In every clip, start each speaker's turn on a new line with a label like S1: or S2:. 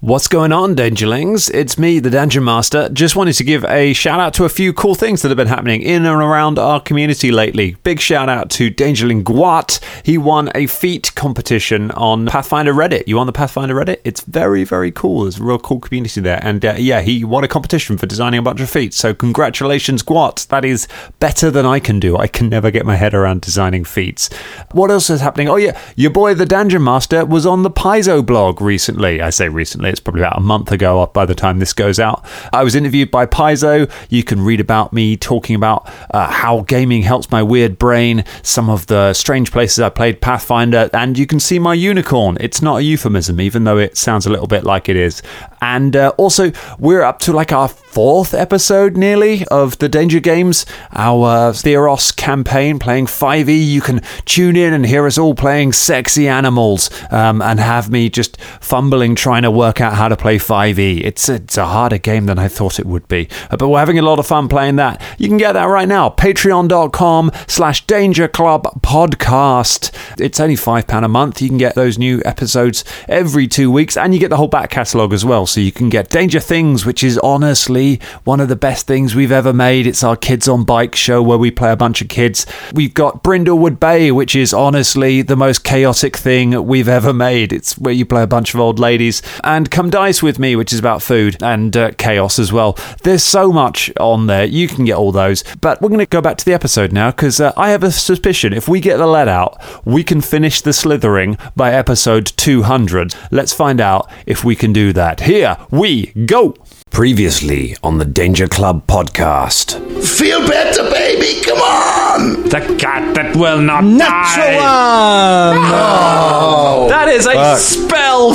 S1: What's going on, Dangerlings? It's me, the Dungeon Master. Just wanted to give a shout out to a few cool things that have been happening in and around our community lately. Big shout out to Dangerling Guat. He won a feat competition on Pathfinder Reddit. You on the Pathfinder Reddit? It's very, very cool. There's a real cool community there. And uh, yeah, he won a competition for designing a bunch of feats. So congratulations, Guat. That is better than I can do. I can never get my head around designing feats. What else is happening? Oh, yeah, your boy, the Dungeon Master, was on the Paizo blog recently. I say recently, it's probably about a month ago uh, by the time this goes out. I was interviewed by Paizo. You can read about me talking about uh, how gaming helps my weird brain, some of the strange places I played Pathfinder, and you can see my unicorn. It's not a euphemism, even though it sounds a little bit like it is. And uh, also, we're up to like our fourth episode nearly of the Danger Games, our uh, Theros campaign playing 5e. You can tune in and hear us all playing sexy animals um, and have me just fumbling trying to work out how to play 5e. It's, it's a harder game than I thought it would be, Uh, but we're having a lot of fun playing that. You can get that right now, patreon.com slash danger club podcast. It's only £5 a month. You can get those new episodes every two weeks and you get the whole back catalogue as well. So you can get Danger Things, which is honestly one of the best things we've ever made. It's our Kids on Bike show where we play a bunch of kids. We've got Brindlewood Bay, which is honestly the most chaotic thing we've ever made. It's where you play a bunch of old ladies. And Come Dice with Me, which is about food and uh, chaos as well. There's so much on there. You can get all those. But we're going to go back to the episode now because uh, I have a suspicion if we get the lead out, we can finish the slithering by episode 200. Let's find out if we can do that. Here we go.
S2: Previously on the Danger Club podcast.
S3: Feel better, baby. Come on.
S4: The cat that will not die.
S5: Natural
S4: That is a spell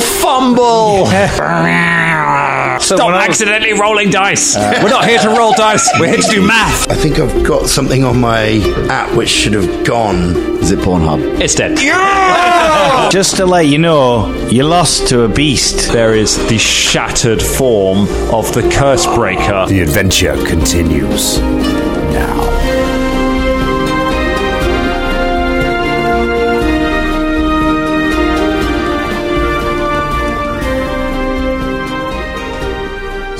S4: fumble. Stop accidentally rolling dice.
S1: Uh,
S4: We're not here to roll dice. We're here to do math.
S3: I think I've got something on my app which should have gone.
S2: Is it Pornhub?
S4: It's dead.
S5: Just to let you know, you lost to a beast.
S1: There is the shattered form of the curse breaker.
S2: The adventure continues now.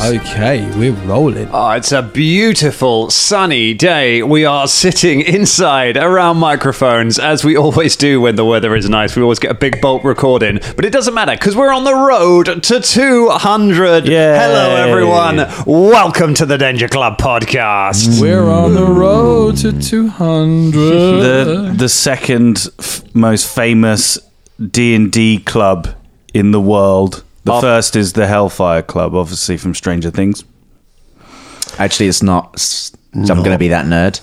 S6: Okay, we're rolling.
S1: Oh, it's a beautiful sunny day. We are sitting inside around microphones, as we always do when the weather is nice. We always get a big bulk recording, but it doesn't matter because we're on the road to 200.
S5: Yay.
S1: Hello, everyone. Welcome to the Danger Club podcast.
S6: We're on the road to 200.
S5: The the second f- most famous D and D club in the world. The first is the Hellfire Club, obviously from Stranger Things.
S7: Actually, it's not. S- So I'm going to be that nerd.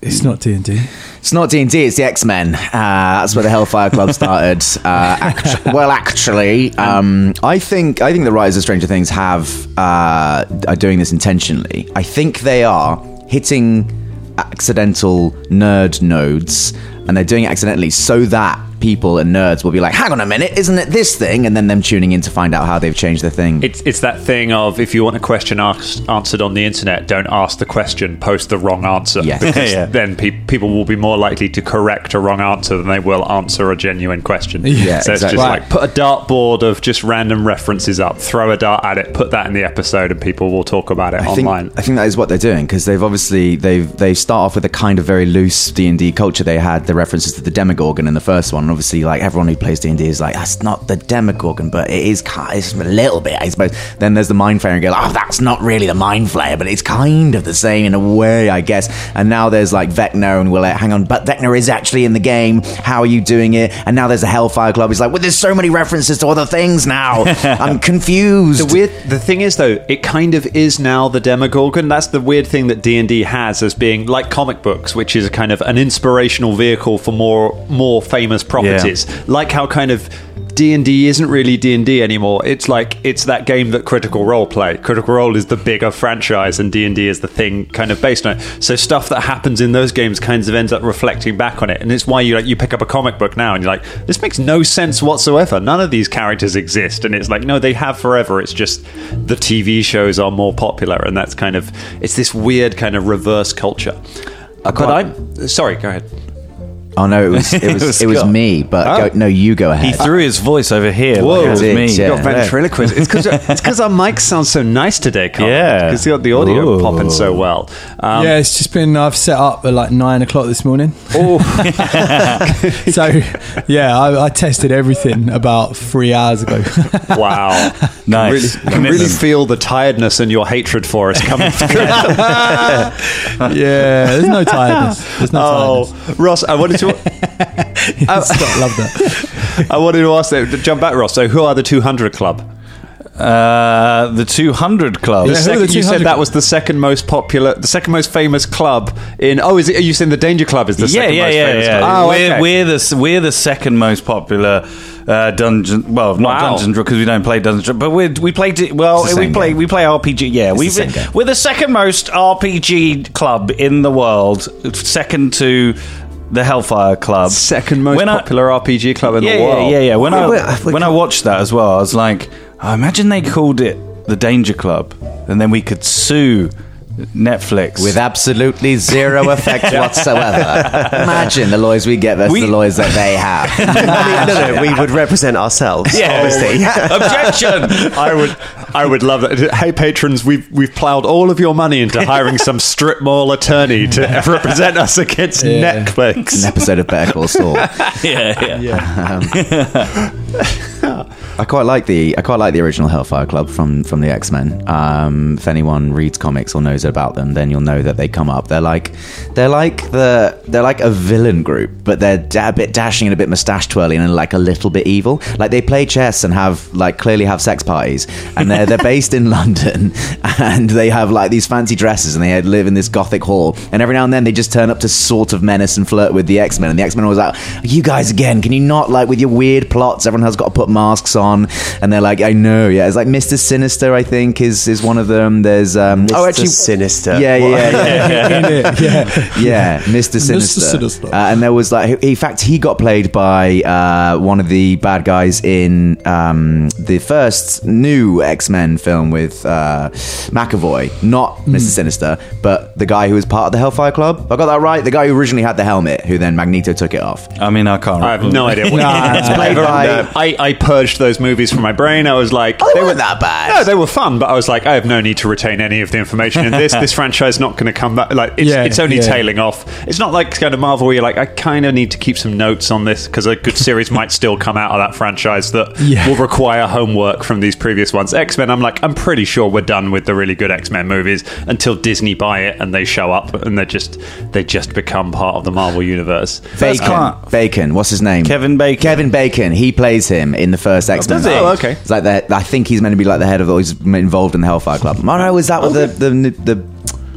S6: it's not D&D.
S7: It's not D and D. It's the X Men. Uh, that's where the Hellfire Club started. Uh, act- well, actually, um, I think I think the writers of Stranger Things have uh, are doing this intentionally. I think they are hitting accidental nerd nodes, and they're doing it accidentally so that people and nerds will be like, "Hang on a minute, isn't it this thing?" And then them tuning in to find out how they've changed the thing.
S1: It's, it's that thing of if you want a question asked, answered on the internet, don't ask the question, post the wrong answer.
S7: Yes.
S1: Because
S5: Yeah.
S1: then pe- people will be more likely to correct a wrong answer than they will answer a genuine question.
S7: Yeah,
S1: so it's
S7: exactly.
S1: just
S7: Right.
S1: like put a dartboard of just random references up, throw a dart at it, put that in the episode, and people will talk about it
S7: I think,
S1: online.
S7: I think that is what they're doing because they've obviously they've they start off with a kind of very loose D and D culture. They had the references to the Demogorgon in the first one. And obviously, like everyone who plays D and D is like, that's not the Demogorgon, but it is ki- it's a little bit, I suppose. Then there's the Mind Flayer and go, oh, that's not really the Mind Flayer, but it's kind of the same in a way, I guess. And now there's like Vecna and we're like, hang on, but Vecna is actually in the game. How are you doing it? And now there's the Hellfire Club. It's like, well, there's so many references to other things now. I'm confused.
S1: The weird the thing is though, it kind of is now the Demogorgon. That's the weird thing that D and D has as being like comic books, which is a kind of an inspirational vehicle for more more famous properties. Like how kind of D and D isn't really D and D anymore. It's like it's that game that Critical Role play. Critical Role is the bigger franchise, and D and D is the thing kind of based on it. So stuff that happens in those games kind of ends up reflecting back on it, and it's why you like you pick up a comic book now and you're like, this makes no sense whatsoever. None of these characters exist, and it's like no, they have forever. It's just the TV shows are more popular, and that's kind of it's this weird kind of reverse culture. but I'm sorry, go ahead.
S7: Oh no, it was it was,
S5: was
S7: it was
S5: Scott.
S7: me. But go,
S8: Oh.
S7: no, you go ahead.
S5: He threw his voice over here. like it was
S7: Did,
S5: me.
S7: yeah.
S4: Got ventriloquist. It's because our mic sounds so nice today, Carl.
S5: Yeah.
S4: Because you got the audio
S5: Ooh.
S4: popping so well. Um,
S6: yeah, it's just been I've set up at like nine o'clock this morning.
S4: oh,
S6: So yeah, I, I tested everything about three hours ago.
S4: wow. Really,
S5: Nice.
S4: I can really
S5: Commitment.
S4: feel the tiredness and your hatred for us coming through.
S6: yeah, there's no tiredness. There's no tiredness.
S4: oh, Ross, I wanted to
S6: Scott loved that.
S4: I wanted to ask that. Jump back, Ross. So, who are the 200 Club?
S5: Uh, the 200 Club.
S6: Yeah, who are the
S4: Second, you said
S6: 200
S4: that was the second most popular, the second most famous club in. Oh, is it? Are you saying the Danger Club is the
S5: yeah,
S4: second
S5: yeah,
S4: most
S5: yeah,
S4: famous
S5: yeah.
S4: club? Oh,
S5: we're,
S4: okay.
S5: we're the s- we're the second most popular uh, dungeon. Well, not
S4: Wow.
S5: dungeon because we don't play dungeon, but we we played it. Well,
S7: It's the
S5: we
S7: same
S5: play
S7: game.
S5: we play RPG. Yeah, we
S7: the same game.
S5: we're the second most RPG club in the world, second to the Hellfire Club.
S4: second most
S5: When I-
S4: popular RPG club in
S5: yeah,
S4: the
S5: yeah,
S4: world.
S5: yeah, yeah. When I
S7: Wait, wait, wait,
S5: when I watched that as well, I was like, I imagine they called it the Danger Club, and then we could sue Netflix
S7: With absolutely zero effect whatsoever. Imagine the lawyers we get versus
S5: We-
S7: the lawyers that they have.
S8: I mean, no, no, we would represent ourselves.
S5: Yeah.
S8: obviously.
S5: objection.
S4: I would, I would love that. Hey, patrons, we've we've ploughed all of your money into hiring some strip mall attorney to represent us against
S6: Yeah.
S7: An
S4: Netflix.
S7: episode of Better Call Saul.
S5: yeah, yeah.
S7: I quite like the I quite like the original Hellfire Club from from the X Men. Um, if anyone reads comics or knows about them, then you'll know that they come up. They're like they're like the they're like a villain group, but they're da- a bit dashing and a bit mustache twirling and like a little bit evil. Like they play chess and have like clearly have sex parties, and they're they're based in London, and they have like these fancy dresses and they live in this gothic hall. And every now and then they just turn up to sort of menace and flirt with the X Men, and the X Men was like, "You guys again? Can you not like with your weird plots? Everyone has got to put masks on." And they're like, "I know, yeah." It's like Mister Sinister, I think, is is one of them. There's um, oh,
S8: Mr.
S7: actually,
S8: Sinister.
S7: Yeah, yeah, yeah, yeah
S6: yeah. yeah.
S7: yeah, Mr. Sinister.
S6: Sinister.
S7: Uh, and there was like, in fact, he got played by uh, one of the bad guys in um, the first new X Men film with uh, McAvoy, not Mr. Sinister, but the guy who was part of the Hellfire Club. I got that right. The guy who originally had the helmet, who then Magneto took it off.
S5: I mean, I can't.
S4: I
S7: Mm.
S4: have no idea. What
S6: Nah. It's
S7: played by-
S4: I, I purged those movies from my brain. I was like,
S7: they weren't that bad.
S4: Oh, No, they were fun, but I was like, I have no need to retain any of the information in this. this franchise not going to come back. Like, it's,
S6: Yeah,
S4: it's only
S6: yeah.
S4: tailing off. It's not like kind of Marvel where you're like, I kind of need to keep some notes on this because a good series might still come out of that franchise that
S6: Yeah.
S4: will require homework from these previous ones. X Men, I'm like, I'm pretty sure we're done with the really good X Men movies until Disney buy it and they show up and they're just they just become part of the Marvel universe.
S7: Bacon,
S5: can't-
S7: Bacon. What's his name?
S5: Kevin Bacon.
S7: Kevin Bacon. He plays him in the first X Men.
S5: does he? Oh,
S4: okay.
S7: It's like the, I think he's meant to be like the head of. Or he's involved in the Hellfire Club. Oh no, is that with the, the nu- the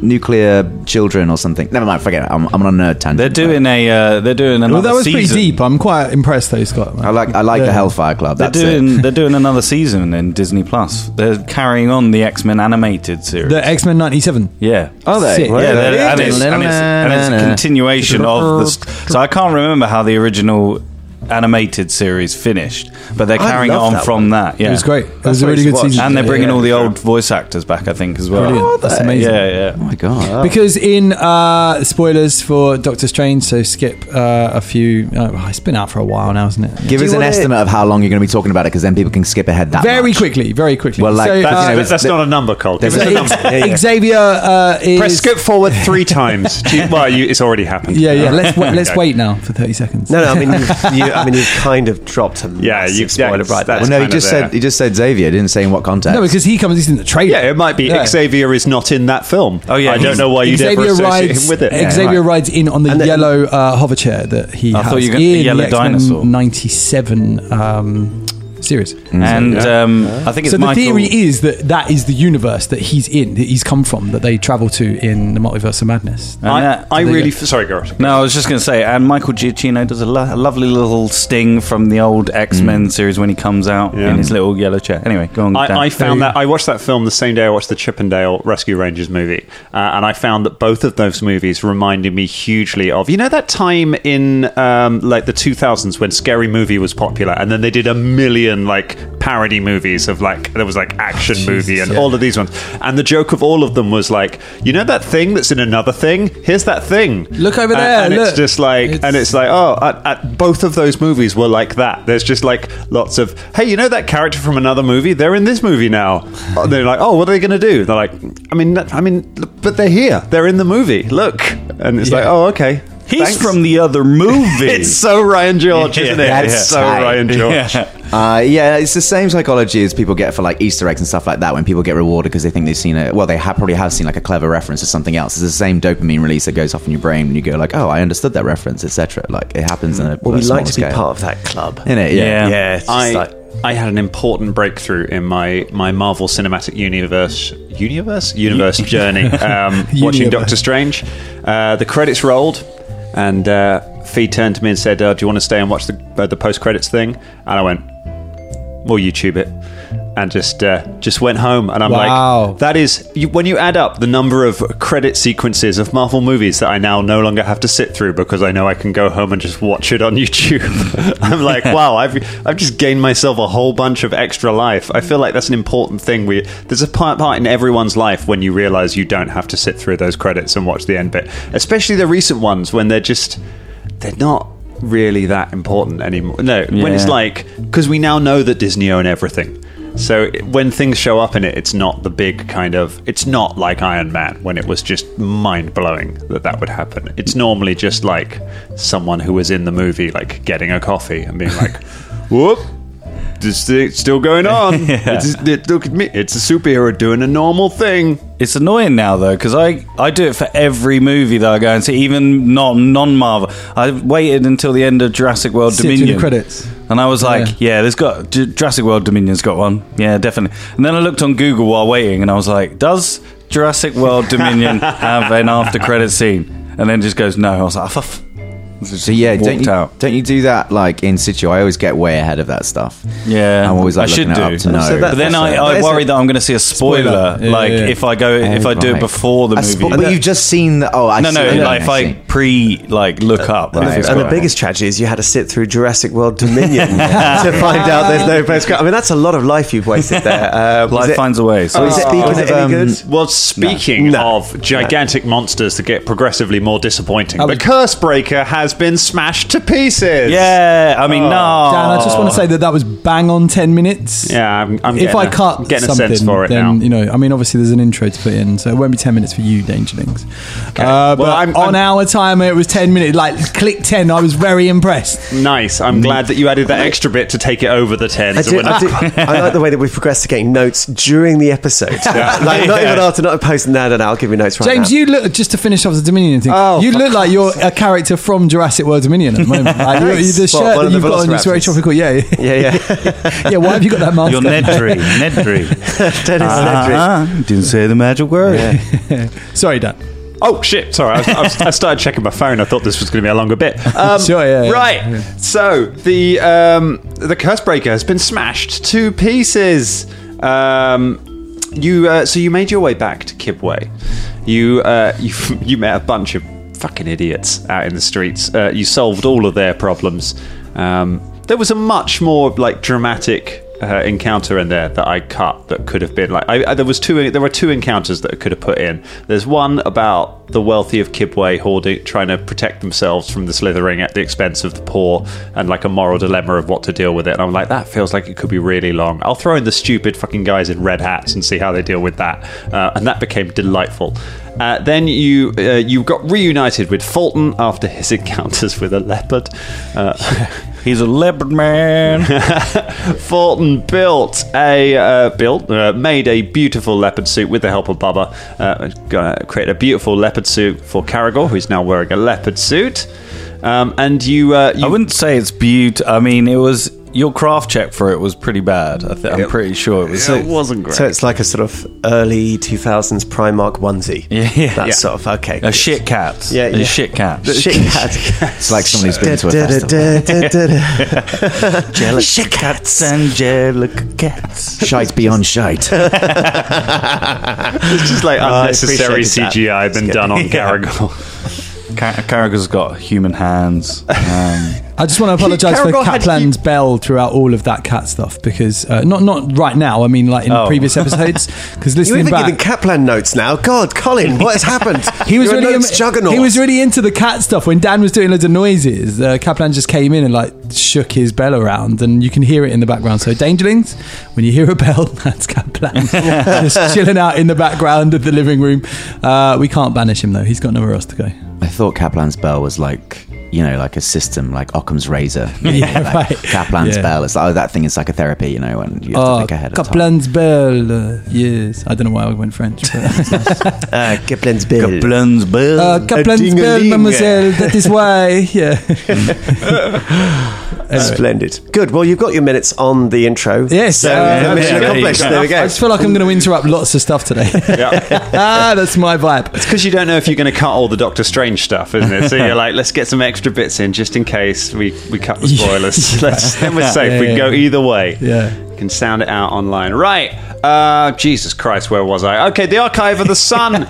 S7: nuclear children or something? Never mind. Forget it. I'm, I'm on a nerd tangent.
S5: They're doing a. Uh, they're doing another.
S6: Well, that was pretty
S5: season.
S6: deep. I'm quite impressed, though, Scott. man.
S7: I like I like the
S6: Yeah.
S7: Hellfire Club.
S5: They're
S7: That's
S5: doing.
S7: it.
S5: They're doing another season in Disney Plus. They're carrying on the X Men animated series.
S6: the X Men '97.
S5: yeah.
S7: Oh, they.
S6: Sick.
S5: Yeah,
S7: Yeah,
S5: they're- and, it's, and, it's, and it's a continuation of the. St- so I can't remember how the original animated series finished, but they're
S8: I
S5: carrying it
S8: love
S5: on
S8: that
S5: from that. Yeah,
S6: It was great. It was a
S8: what
S6: really
S8: it's
S6: good
S8: watched.
S6: season.
S5: And they're
S6: Yeah,
S5: bringing
S6: yeah.
S5: all the old voice actors back, I think, as well. Oh,
S6: Brilliant. That's amazing.
S5: Yeah, yeah.
S7: Oh my god.
S6: Because in uh, spoilers for Doctor Strange, so skip uh, a few. Uh, well, it's been out for a while now, isn't it?
S7: Give
S8: Do
S7: us
S8: you
S7: an
S8: wanna-
S7: estimate of how long you're going to be talking about it, because then people can skip ahead that
S6: very
S7: much.
S6: quickly, very quickly.
S7: Well, like,
S6: so,
S7: that's,
S4: That's,
S7: you know,
S4: that's, that's
S7: the-
S4: not a number, Cole. Give
S7: there's
S4: us
S7: a-
S4: a number.
S6: Xavier uh, is.
S4: Press skip forward three times. Do you- well, you, it's already happened.
S6: Yeah, yeah. Let's wait, let's
S4: Okay.
S6: wait now for thirty seconds.
S8: No, no. I mean, you, you, I mean, you kind of dropped a
S4: Yeah,
S8: massive
S4: you've- yeah,
S8: spoiler
S4: it's-
S8: right there.
S4: that's
S7: Well, no, he
S4: kinda
S7: just
S4: there.
S7: said he just said Xavier. Didn't say in what context.
S6: no, because he comes. He's in the trailer.
S4: Yeah, it might be
S6: Yeah.
S4: Xavier is not in that film.
S5: Oh, yeah,
S4: I don't
S5: he's-
S4: know why you'd ever
S6: Xavier
S4: associate
S6: rides.
S4: him with it.
S6: Xavier rides in on the
S8: then-
S6: yellow uh, hover chair that he
S5: I
S6: has
S5: thought you were
S6: in
S5: gonna- the yellow
S6: X-Men
S5: dinosaur.
S6: ninety-seven um, series.
S5: And um, I think it's
S6: So the
S5: Michael.
S6: theory is that that is the universe that he's in, that he's come from, that they travel to in the multiverse of madness.
S5: and
S4: I,
S5: that-
S4: I really f- sorry, Garrett.
S5: No, I was just going to say, and Michael Giacchino does a, lo- a lovely little sting from the old X Men series when he comes out
S4: Mm. Yeah.
S5: in his little yellow chair. Anyway, go on. Dan.
S4: I, I found
S6: There you
S4: that I watched that film the same day I watched the Chippendale Rescue Rangers movie, uh, and I found that both of those movies reminded me hugely of you know that time in um, like the 2000s when Scary Movie was popular, and then they did a million action like parody movies of like there was like action movie and all of these ones. And the joke of all of them was like, you know that thing that's in another thing? Here's that thing.
S6: Look over
S4: And-
S6: there,
S4: And,
S6: look.
S4: it's just like and
S6: It's-
S4: it's like oh, at, at, both of those movies were like that. There's just like lots of hey, you know that character from another movie? They're in this movie now. And they're like, oh, what are they going to do? They're like, I mean, I mean, but they're here. They're in the movie. Look, and it's like, oh, okay.
S5: He's
S4: Thanks.
S5: from the other movie.
S4: It's so Ryan George, isn't it?
S7: That's
S4: it's so
S7: right.
S4: Ryan George.
S7: Uh, yeah, it's the same psychology as people get for like Easter eggs and stuff like that when people get rewarded because they think they've seen a well, they ha- probably have seen like a clever reference to something else. It's the same dopamine release that goes off in your brain when you go like, oh, I understood that reference, etc. Like it happens in a
S8: Well,
S7: a
S8: we
S7: smaller
S8: like to be
S7: scale.
S8: part of that club.
S7: in it. Yeah,
S5: Yeah.
S8: Yeah, it's just
S4: I
S8: like,
S4: I had an important breakthrough in my my Marvel Cinematic Universe universe universe journey. Um, watching
S6: Universe.
S4: Doctor Strange, uh, the credits rolled, and uh, Fee turned to me and said, uh, "Do you want to stay and watch the uh, the post credits thing?" And I went, "We'll YouTube it." And just uh, just went home, and I'm
S6: Wow.
S4: like, that is you, when you add up the number of credit sequences of Marvel movies that I now no longer have to sit through because I know I can go home and just watch it on YouTube. I'm like, wow, I've I've just gained myself a whole bunch of extra life. I feel like that's an important thing. We there's a part part in everyone's life when you realize you don't have to sit through those credits and watch the end bit, especially the recent ones when they're just they're not really that important anymore. No, when it's
S5: Yeah.
S4: like because we now know that Disney own everything. So it- when things show up in it, it's not the big kind of. It's not like Iron Man when it was just mind blowing that that would happen. It's normally just like someone who was in the movie, like getting a coffee and being like, "Whoop, this thing's still going on. it's, it, look at me, it's a superhero doing a normal thing."
S5: It's annoying now though because I, I do it for every movie that I go and see, even not non Marvel. I waited until the end of Jurassic World
S6: Sit through the
S5: Dominion
S6: credits.
S5: and I was like, yeah. there's got J- Jurassic World Dominion's got one, yeah, definitely. And then I looked on Google while waiting, and I was like, does Jurassic World Dominion have an after credit scene? And then it just goes no. I was like, oh, f-
S7: So yeah, don't
S5: Walked
S7: you,
S5: out.
S7: don't you do that like in situ? I always get way ahead of that stuff.
S5: yeah,
S7: I'm always like
S5: I should
S7: looking it
S5: do.
S7: up to know.
S8: So that-
S5: But then
S8: That's
S5: I,
S8: it.
S5: I
S8: That's
S5: worry
S8: it.
S5: that I'm going to see a spoiler,
S6: Spoiler. Yeah,
S5: like
S6: yeah, yeah.
S5: if I go if I do it
S7: Right.
S5: before the
S7: I
S5: movie.
S7: spo- but you've just seen the oh, I
S5: no,
S7: see
S5: no,
S7: what you
S5: like if
S7: mean, I
S5: I
S7: see.
S5: pre like look up,
S8: And,
S5: right?
S8: the, and the biggest tragedy is you had to sit through Jurassic World Dominion to find out there's no postcard. I mean, that's a lot of life you've wasted there. Uh, was
S5: Life
S8: it-
S5: finds a way. So
S8: Oh, is it-
S5: it's-
S8: speaking
S7: was it
S8: of
S7: any
S8: um,
S7: good?
S4: Well, speaking
S8: No. No.
S4: of gigantic monsters that get progressively more disappointing, the Cursebreaker has been smashed to pieces.
S5: yeah, I mean, no.
S6: Dan, I just want to say that that was bang on 10 minutes.
S4: Oh. Yeah, I'm, I'm
S6: If
S4: getting
S6: I
S4: a-
S6: cut
S4: getting
S6: something,
S4: a sense for it
S6: then,
S4: now.
S6: you know, I mean, obviously there's an intro to put in, so it won't be 10 minutes for you, Dangerlings. Uh, but
S4: Well, I'm-
S6: on
S4: I'm-
S6: our timer, it was 10 minutes. Like, click 10. I was very impressed.
S4: nice. I'm glad that you added that extra bit to take it over the ten.
S8: I,
S4: so
S8: do,
S4: we're
S8: I,
S4: not-
S8: do, I like the way that we've progressed to getting notes during the episode. like, not even after, not posting. No, no, no, I'll give you notes right
S6: James,
S8: now.
S6: you look, just to finish off the Dominion thing,
S8: Oh,
S6: you
S8: for
S6: look like you're a character from Jurassic World Dominion at the moment. Like, you-
S8: Nice.
S6: the
S8: What,
S6: shirt
S8: one
S6: that
S8: of the
S6: you've got on is very
S8: Velociraptors?
S6: tropical. Yeah, yeah.
S8: Yeah, yeah.
S6: yeah, why have you got that mask
S5: You're
S6: on?
S5: Nedry, Nedry.
S8: Dennis Nedry.
S5: Uh-huh. Didn't say the magic word.
S6: Sorry, Dan.
S4: oh shit! Sorry, I, was- I, was- I started checking my phone. I thought this was going to be a longer bit. Um,
S6: Sure, yeah, yeah,
S4: right. So the um, the Cursebreaker has been smashed to pieces. Um, you uh, so you made your way back to Kibway. You uh, you you met a bunch of fucking idiots out in the streets. Uh, you solved all of their problems. Um, there was a much more like dramatic. Uh, encounter in there that I cut that could have been like I, I, there was two there were two encounters that I could have put in. There's one about the wealthy of Kibway hoarding trying to protect themselves from the slithering at the expense of the poor and like a moral dilemma of what to deal with it. And I'm like, that feels like it could be really long. I'll throw in the stupid fucking guys in red hats and see how they deal with that. Uh, and that became delightful. Uh, then you uh, you got reunited with Fulton after his encounters with a leopard. Uh,
S5: He's a leopard man.
S4: Fulton built a uh, built uh, made a beautiful leopard suit with the help of Bubba. Uh, gonna create a beautiful leopard suit for Caragor, who's now wearing a leopard suit. Um, and you, uh, you
S5: I wouldn't say it's beaut. I mean, it was your craft check for it was pretty bad. I th- I'm pretty sure it was.
S4: it wasn't great.
S8: So it's like a sort of early 2000s Primark onesie.
S5: Yeah, yeah.
S8: That
S5: Yeah.
S8: sort of, okay.
S5: a shit cat.
S8: Yeah,
S5: a
S8: yeah.
S5: shit cat.
S8: Shit cat.
S7: It's like somebody's been to a festival.
S5: shit cats, angelica cats.
S7: Shite beyond
S4: it's
S7: shite.
S4: just like
S8: I
S4: unnecessary
S8: appreciated that.
S4: CGI been done on Caragor.
S5: Car- Carragher's got human hands. Um,
S6: I just want to apologise for
S8: Caragol had
S6: Kaplan's bell throughout all of that cat stuff because uh, not not right now. I mean, like in
S5: Oh.
S6: previous episodes, because
S8: You're
S6: listening
S8: even
S6: back,
S8: giving Kaplan notes now. God, Colin, what has happened?
S6: he was
S8: You're a
S6: really
S8: notes juggernaut.
S6: he was really into the cat stuff. When Dan was doing loads of noises, uh, Kaplan just came in and like shook his bell around, and you can hear it in the background. So, Dangerlings, when you hear a bell, that's Kaplan just chilling out in the background of the living room. Uh, we can't banish him though; he's got nowhere else to go.
S7: I thought Kaplan's bell was like you know like a system like Occam's razor.
S6: Yeah,
S7: like
S6: right.
S7: Kaplan's
S6: Yeah.
S7: bell. It's like, oh, that thing is psychotherapy. You know, and you have to
S6: Oh,
S7: think ahead of time.
S6: Kaplan's bell. uh, yes, I don't know why I went French. But.
S8: Ah, Kaplan's bill.
S5: Kaplan's bell.
S6: Uh, Kaplan's
S8: ding-a-ling.
S6: bell, mademoiselle. That is why. Yeah.
S8: Splendid. Good. Well, you've got your minutes on the intro.
S6: Yes.
S8: So
S6: Uh,
S8: the mission
S5: yeah, there you
S8: accomplished.
S5: go.
S8: There we
S6: I
S8: go.
S6: just feel like I'm going to interrupt lots of stuff today. ah, that's my vibe.
S4: Because you don't know if you're going to cut all the Doctor Strange stuff, isn't it? So you're like, let's get some extra bits in just in case we, we cut the spoilers. let's, then we're safe.
S6: Yeah,
S4: we can
S6: yeah.
S4: go either way.
S6: Yeah.
S4: You can sound it out online. Right. Uh, Jesus Christ, where was I? Okay, the Archive of the Sun. um,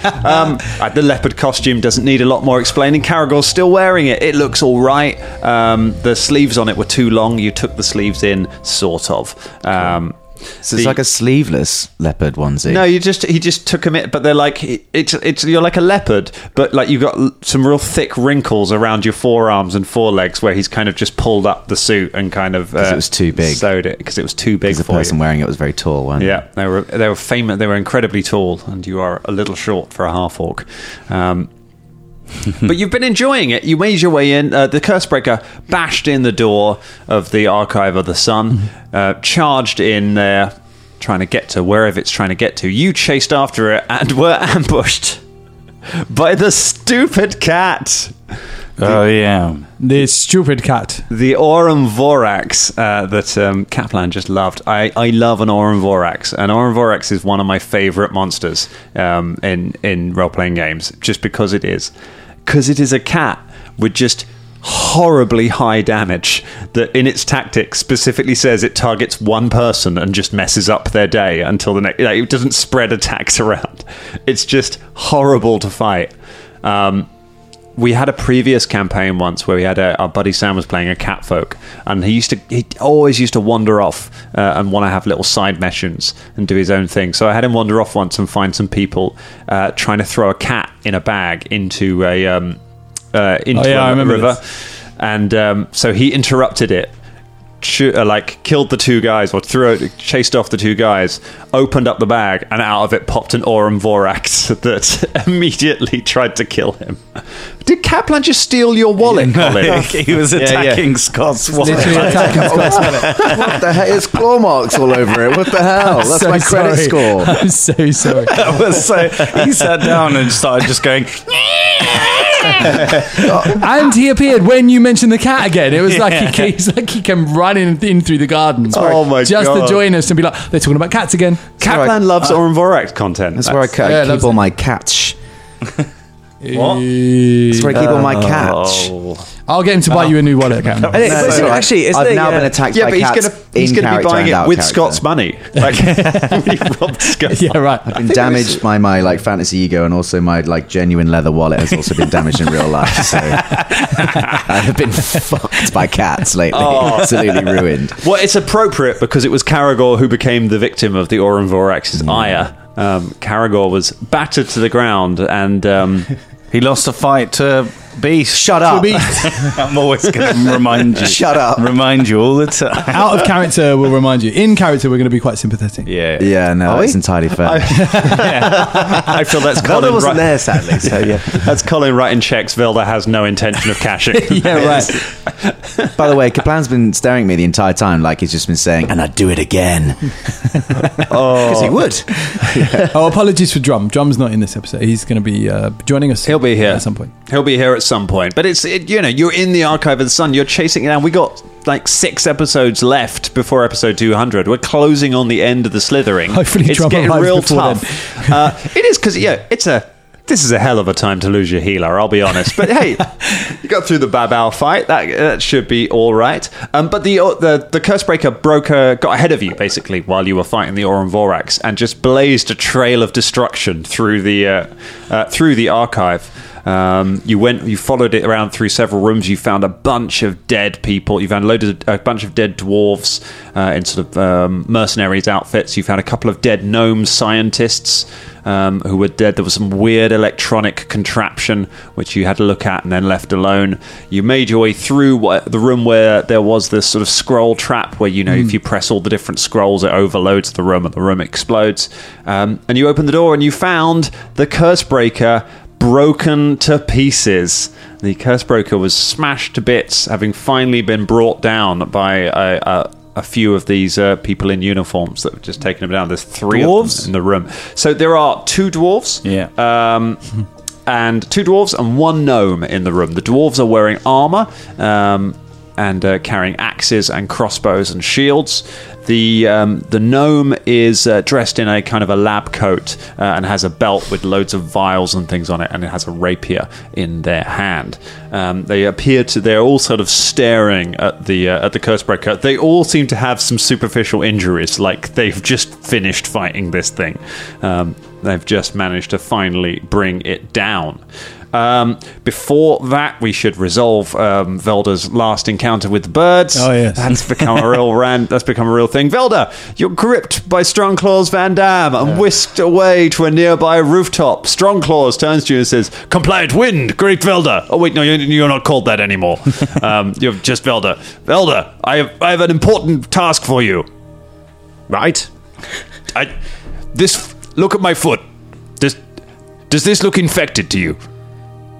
S4: uh, the leopard costume doesn't need a lot more explaining. Caragor's still wearing it. It looks all right. Um, the sleeves on it were too long. You took the sleeves in, sort of. Um,
S7: So
S4: the-
S7: it's like a sleeveless leopard onesie.
S4: no, you just he just took him in, but they're like it's it's you're like a leopard, but like you've got l- some real thick wrinkles around your forearms and forelegs where he's kind of just pulled up the suit and kind of uh,
S7: 'Cause it was too big.
S4: sewed it because it was too big
S7: the
S4: for
S7: person
S4: you.
S7: wearing it was very tall. One.
S4: Yeah, they were they were famous. They were incredibly tall, and you are a little short for a half orc. Um, but you've been enjoying it. You made your way in. Uh, the Cursebreaker bashed in the door of the Archive of the Sun, uh, charged in there, trying to get to wherever it's trying to get to. You chased after it and were ambushed by the stupid cat.
S5: oh yeah.
S6: This stupid cat.
S4: The Aurum Vorax uh, that um, Kaplan just loved. I, I love an Aurum Vorax. An Aurum Vorax is one of my favourite monsters um, in, in role playing games, just because it is. Because it is a cat with just horribly high damage that in its tactics specifically says it targets one person and just messes up their day until the next. Like, it doesn't spread attacks around. It's just horrible to fight. Um, we had a previous campaign once where we had a, our buddy Sam was playing a catfolk, and he used to he always used to wander off uh, and want to have little side missions and do his own thing. So I had him wander off once and find some people uh, trying to throw a cat in a bag into a um, uh, into
S6: Oh, yeah, I
S4: a
S6: remember
S4: river,
S6: this.
S4: and um, so he interrupted it. Shoot, uh, like killed the two guys or threw it, chased off the two guys opened up the bag and out of it popped an Aurum Vorax that immediately tried to kill him did Kaplan just steal your wallet Colin?
S5: he was attacking Scott's wallet.
S6: Literally attacking Scott's
S9: What the hell? It's claw marks all over it. What the hell? That's
S6: so
S9: my credit
S6: sorry.
S9: score.
S6: I'm so sorry.
S5: That was so. He sat down and started just going.
S6: and he appeared when you mentioned the cat again. It was like he came, it's like he came running in through the garden.
S4: Oh, my
S6: just
S4: God.
S6: to join us and be like, they're talking about cats again.
S4: Kaplan loves Aurum Vorax content
S7: That's, where I, ca- I
S6: Yeah, that's
S7: keep all my cats. That's where I keep all my cats.
S6: I'll get him to buy you a new wallet, Kaplan.
S8: And it- but isn't it-
S7: right.
S8: actually, isn't
S7: I've
S8: it,
S7: now
S8: yeah.
S7: been attacked
S4: uh, yeah,
S7: by
S4: but he's
S7: cats
S4: gonna he's
S7: in
S4: gonna be
S7: character
S4: buying
S7: and
S4: it
S7: out
S4: with
S7: character.
S4: Scott's money. Like he robbed Scott's
S6: Yeah, right.
S7: I've been damaged by my like fantasy ego, and also my like genuine leather wallet has also been damaged in real life. So I've been fucked by cats lately.
S4: Oh.
S7: Absolutely ruined.
S4: Well, it's appropriate because it was Caragor who became the victim of the Auron Vorax's
S8: Mm.
S4: ire. Um, Caragor was battered to the ground, and um,
S5: He lost a fight to Beast. Shut up. I'm always going to remind you.
S7: Shut up.
S5: Remind you all the time.
S6: Out of character, we'll remind you. In character, we're going to be quite sympathetic.
S5: Yeah.
S7: Yeah, no, it's entirely fair.
S4: I feel that's
S8: Velda
S4: Colin.
S8: wasn't
S4: right-
S8: there, sadly. So yeah.
S4: That's Colin writing checks. Velda has no intention of cashing.
S6: Yeah, right.
S7: By the way, Kaplan's been staring at me the entire time, like he's just been saying, "And I'd do it again."
S8: Because he would.
S6: oh, apologies for Drum. Drum's not in this episode. He's going to be uh, joining us.
S4: He'll be here
S6: at some point.
S4: He'll be here at some point. But it's it, you know you're in the archive of the sun. You're chasing it down. We got like six episodes left before episode 200. We're closing on the end of the slithering.
S6: Hopefully
S4: it's
S6: Trump
S4: getting
S6: arrives
S4: real
S6: before
S4: tough. uh, it is because yeah, it's a. This is a hell of a time to lose your healer, I'll be honest. But hey, you got through the Babao fight. That, that should be all right. Um, but the, the the Cursebreaker broke uh, got ahead of you basically while you were fighting the Auron Vorax and just blazed a trail of destruction through the uh, uh, through the archive. Um, you went, you followed it around through several rooms. You found a bunch of dead people. You found loaded a bunch of dead dwarves uh, in sort of um, mercenaries outfits. You found a couple of dead gnome scientists um, who were dead. There was some weird electronic contraption which you had to look at and then left alone. You made your way through what, the room where there was this sort of scroll trap where you know if you press all the different scrolls it overloads the room and the room explodes. Um, and you opened the door and you found the curse breaker broken to pieces. The curse broker was smashed to bits, having finally been brought down by a, a, a few of these uh, people in uniforms that have just taken him down. There's three of
S5: Dwarves?
S4: them in the room. So there are two dwarves.
S5: Yeah.
S4: Um, and two dwarves and one gnome in the room. The dwarves are wearing armor um, and uh, carrying axes and crossbows and shields. The um, the gnome is uh, dressed in a kind of a lab coat uh, and has a belt with loads of vials and things on it, and it has a rapier in their hand. Um, they appear to they're all sort of staring at the uh, at the curse breaker. They all seem to have some superficial injuries, like they've just finished fighting this thing. Um, They've just managed to finally bring it down. Um, before that, we should resolve um, Velda's last encounter with the birds.
S6: Oh, yes.
S4: that's become a real ran- That's become a real thing. Velda, you're gripped by Strongclaws Van Dam and whisked away to a nearby rooftop. Strongclaws turns to you and says, "Compliant wind, great Velda." Oh wait, no, you're, you're not called that anymore. um, you're just Velda. Velda, I have, I have an important task for you.
S8: Right?
S4: I, this. Look at my foot. Does does this look infected to you?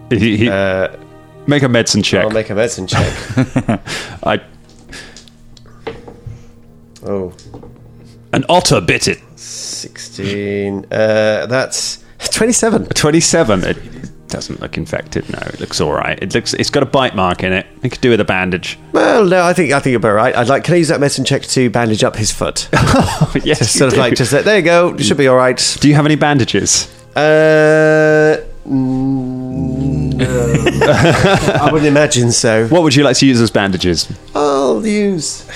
S4: He, he- make a medicine check.
S8: Uh, I'll make a medicine check.
S4: I,
S8: Oh,
S4: an otter bit it.
S8: 16. Uh, that's 27.
S4: Twenty-seven. It doesn't look infected. No, it looks all right. It looks. It's got a bite mark in it. It could do with a bandage.
S8: Well, no, I think I think you're about right. I'd like. Can I use that medicine check to bandage up his foot?
S4: yes. you
S8: sort of
S4: do.
S8: like just like, there you go. You should be all right.
S4: do you have any bandages?
S8: Uh, mm, no. I wouldn't imagine so.
S4: What would you like to use as bandages?
S8: I'll use.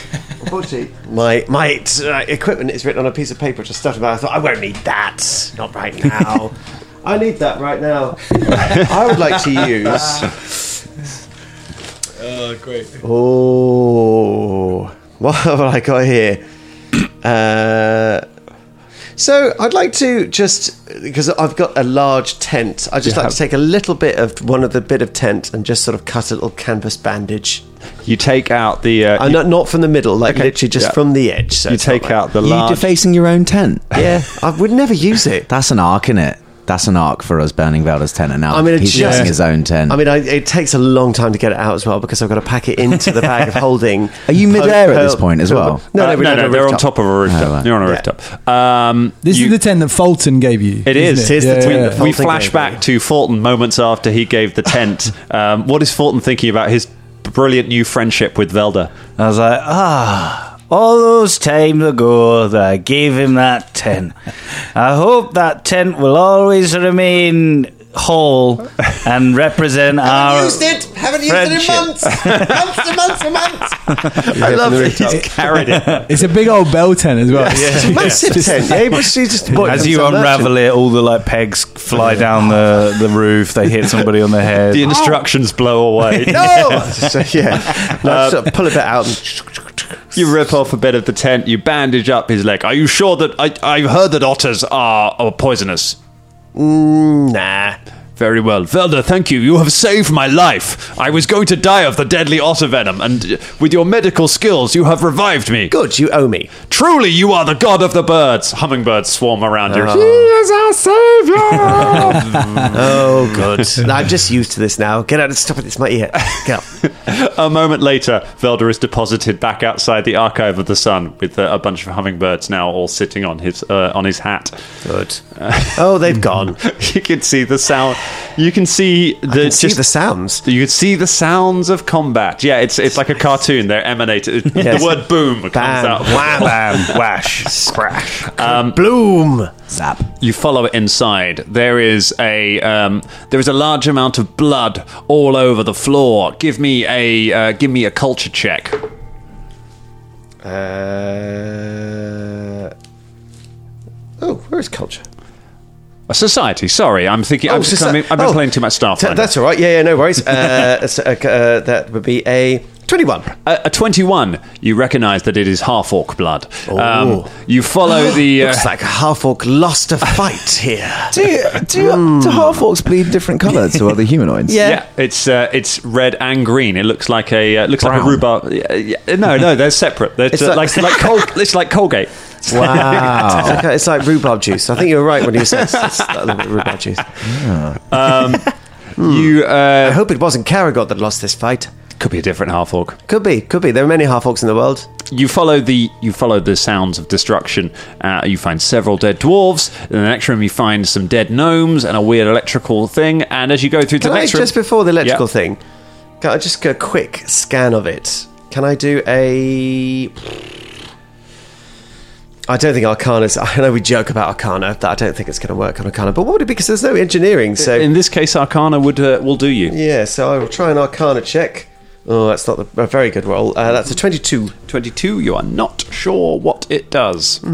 S8: My my uh, equipment is written on a piece of paper to stuff about. I thought I won't need that. Not right now. I need that right now. I would like to use. Oh, great. Oh, what have I got here? Uh, so I'd like to just because I've got a large tent. I would just like to take a little bit of one of the bit of tent and just sort of cut a little canvas bandage.
S4: You take out the. Uh,
S8: I'm
S4: you,
S8: not Oh, not from the middle, like literally just
S4: yeah.
S8: from the edge. So
S4: you
S8: it's not
S4: take
S8: like-
S4: out the
S7: You
S4: large.
S7: defacing your own tent.
S8: Yeah, I would never use it.
S7: That's an arc, innit? That's an arc for us burning Velda's tent, and now
S8: I mean, it
S7: he's
S8: just-
S7: using his own tent.
S8: I mean, I, it takes a long time to get it out as well because I've got to pack it into the bag of holding.
S7: Are you
S8: Po-
S7: midair at this
S8: po-
S7: point as well?
S8: No,
S4: Uh,
S8: no, we're
S4: no,
S8: not
S4: no,
S8: on
S4: they're on
S8: rooftop.
S4: top of a rooftop.
S7: right.
S4: They're on a
S8: Yeah.
S4: rooftop. Um,
S6: This
S4: you-
S6: is the tent that Fulton gave you.
S4: It is.
S6: isn't
S8: It is the tent that
S4: we
S8: Fulton
S4: flash
S8: gave
S4: back
S8: me.
S4: to Fulton moments after he gave the tent. um, what is Fulton thinking about his brilliant new friendship with Velda?
S5: I was like, ah, all those time ago that I gave him that tent. I hope that tent will always remain whole and represent our.
S3: it. Haven't used
S5: it in months.
S3: months and months and months.
S8: I love it.
S4: He's carried it.
S6: It's a big old bell tent as well.
S8: It's a massive tent. Yeah, but she just bought
S5: As
S8: it
S5: you
S8: from some merchant.
S5: unravel it, all the like pegs fly down the, the roof. They hit somebody on the head.
S4: The instructions blow away.
S8: Oh! so, yeah. No, sort of pull a bit out. And
S4: You rip off a bit of the tent. You bandage up his leg. Are you sure that I, I've heard that otters are, are poisonous?
S8: Mm, nah.
S4: Very well, Velda. Thank you. You have saved my life. I was going to die of the deadly otter venom, and uh, with your medical skills, you have revived me.
S8: Good, you owe me.
S4: Truly, you are the god of the birds. Hummingbirds swarm around you.
S7: Ah.
S8: Oh, good. I'm just used to this now. Get out and stop it. It's my ear. Get out.
S4: A moment later, Velda is deposited back outside the Archive of the Sun with uh, a bunch of hummingbirds now all sitting on his uh, on his hat.
S8: Good. Oh, they've gone.
S4: you can see the sound. You can see the
S8: can see
S4: just-
S8: the sounds.
S4: You can see the sounds of combat. Yeah, it's it's like a cartoon. They're emanated.
S8: Yes.
S4: The word "boom" comes
S8: Bam.
S4: out.
S8: Wham. Bam. Whash. Scrash. Bloom.
S4: You follow it inside. There is a um, there is a large amount of blood all over the floor. Give me a uh, give me a culture check.
S8: Uh, oh, where is culture?
S1: A society. Sorry, I'm thinking. I'm,
S8: soci-
S1: I'm, I've been
S8: oh.
S1: playing too much
S8: T-
S1: Starfinder.
S8: that's all right. Yeah, yeah, no worries. Uh, so, uh, uh, that would be a twenty-one.
S1: a, a 21, you recognise that it is half orc blood. Um,
S8: Oh.
S1: you follow the. Uh,
S10: It's like half orc lost a fight here.
S7: Do do, do half orcs bleed different colours to other humanoids?
S1: yeah. it's uh, it's red and green. It looks like a uh, looks like a rhubarb. Yeah, yeah. No, no, they're separate. They're uh, like
S8: like-
S1: like, Col- it's like Colgate.
S8: Wow, it's, like, it's like rhubarb juice. I think you're right when you said it's, it's a little bit rhubarb juice.
S1: You
S8: I
S1: uh,
S8: hope it wasn't Caragod that lost this fight.
S1: could be a different half orc.
S8: Could be, could be. There are many half orcs in the world.
S1: You follow the you follow the sounds of destruction. Uh, you find several dead dwarves. In the next room, you find some dead gnomes and a weird electrical thing. And as you go through
S8: Can
S1: the
S8: I
S1: next room,
S8: just before the electrical
S1: Yeah.
S8: thing? Can I just get a quick scan of it? Can I do a? I don't think Arcana's. I know we joke about Arcana that I don't think it's going to work on Arcana, but what would it be? Because there's no engineering, so
S1: in this case, Arcana would uh, will do you.
S8: yeah. So I will try an Arcana check. Oh, that's not the, a very good roll. Uh, that's a twenty-two.
S1: 22, you are not sure what it does.
S8: Not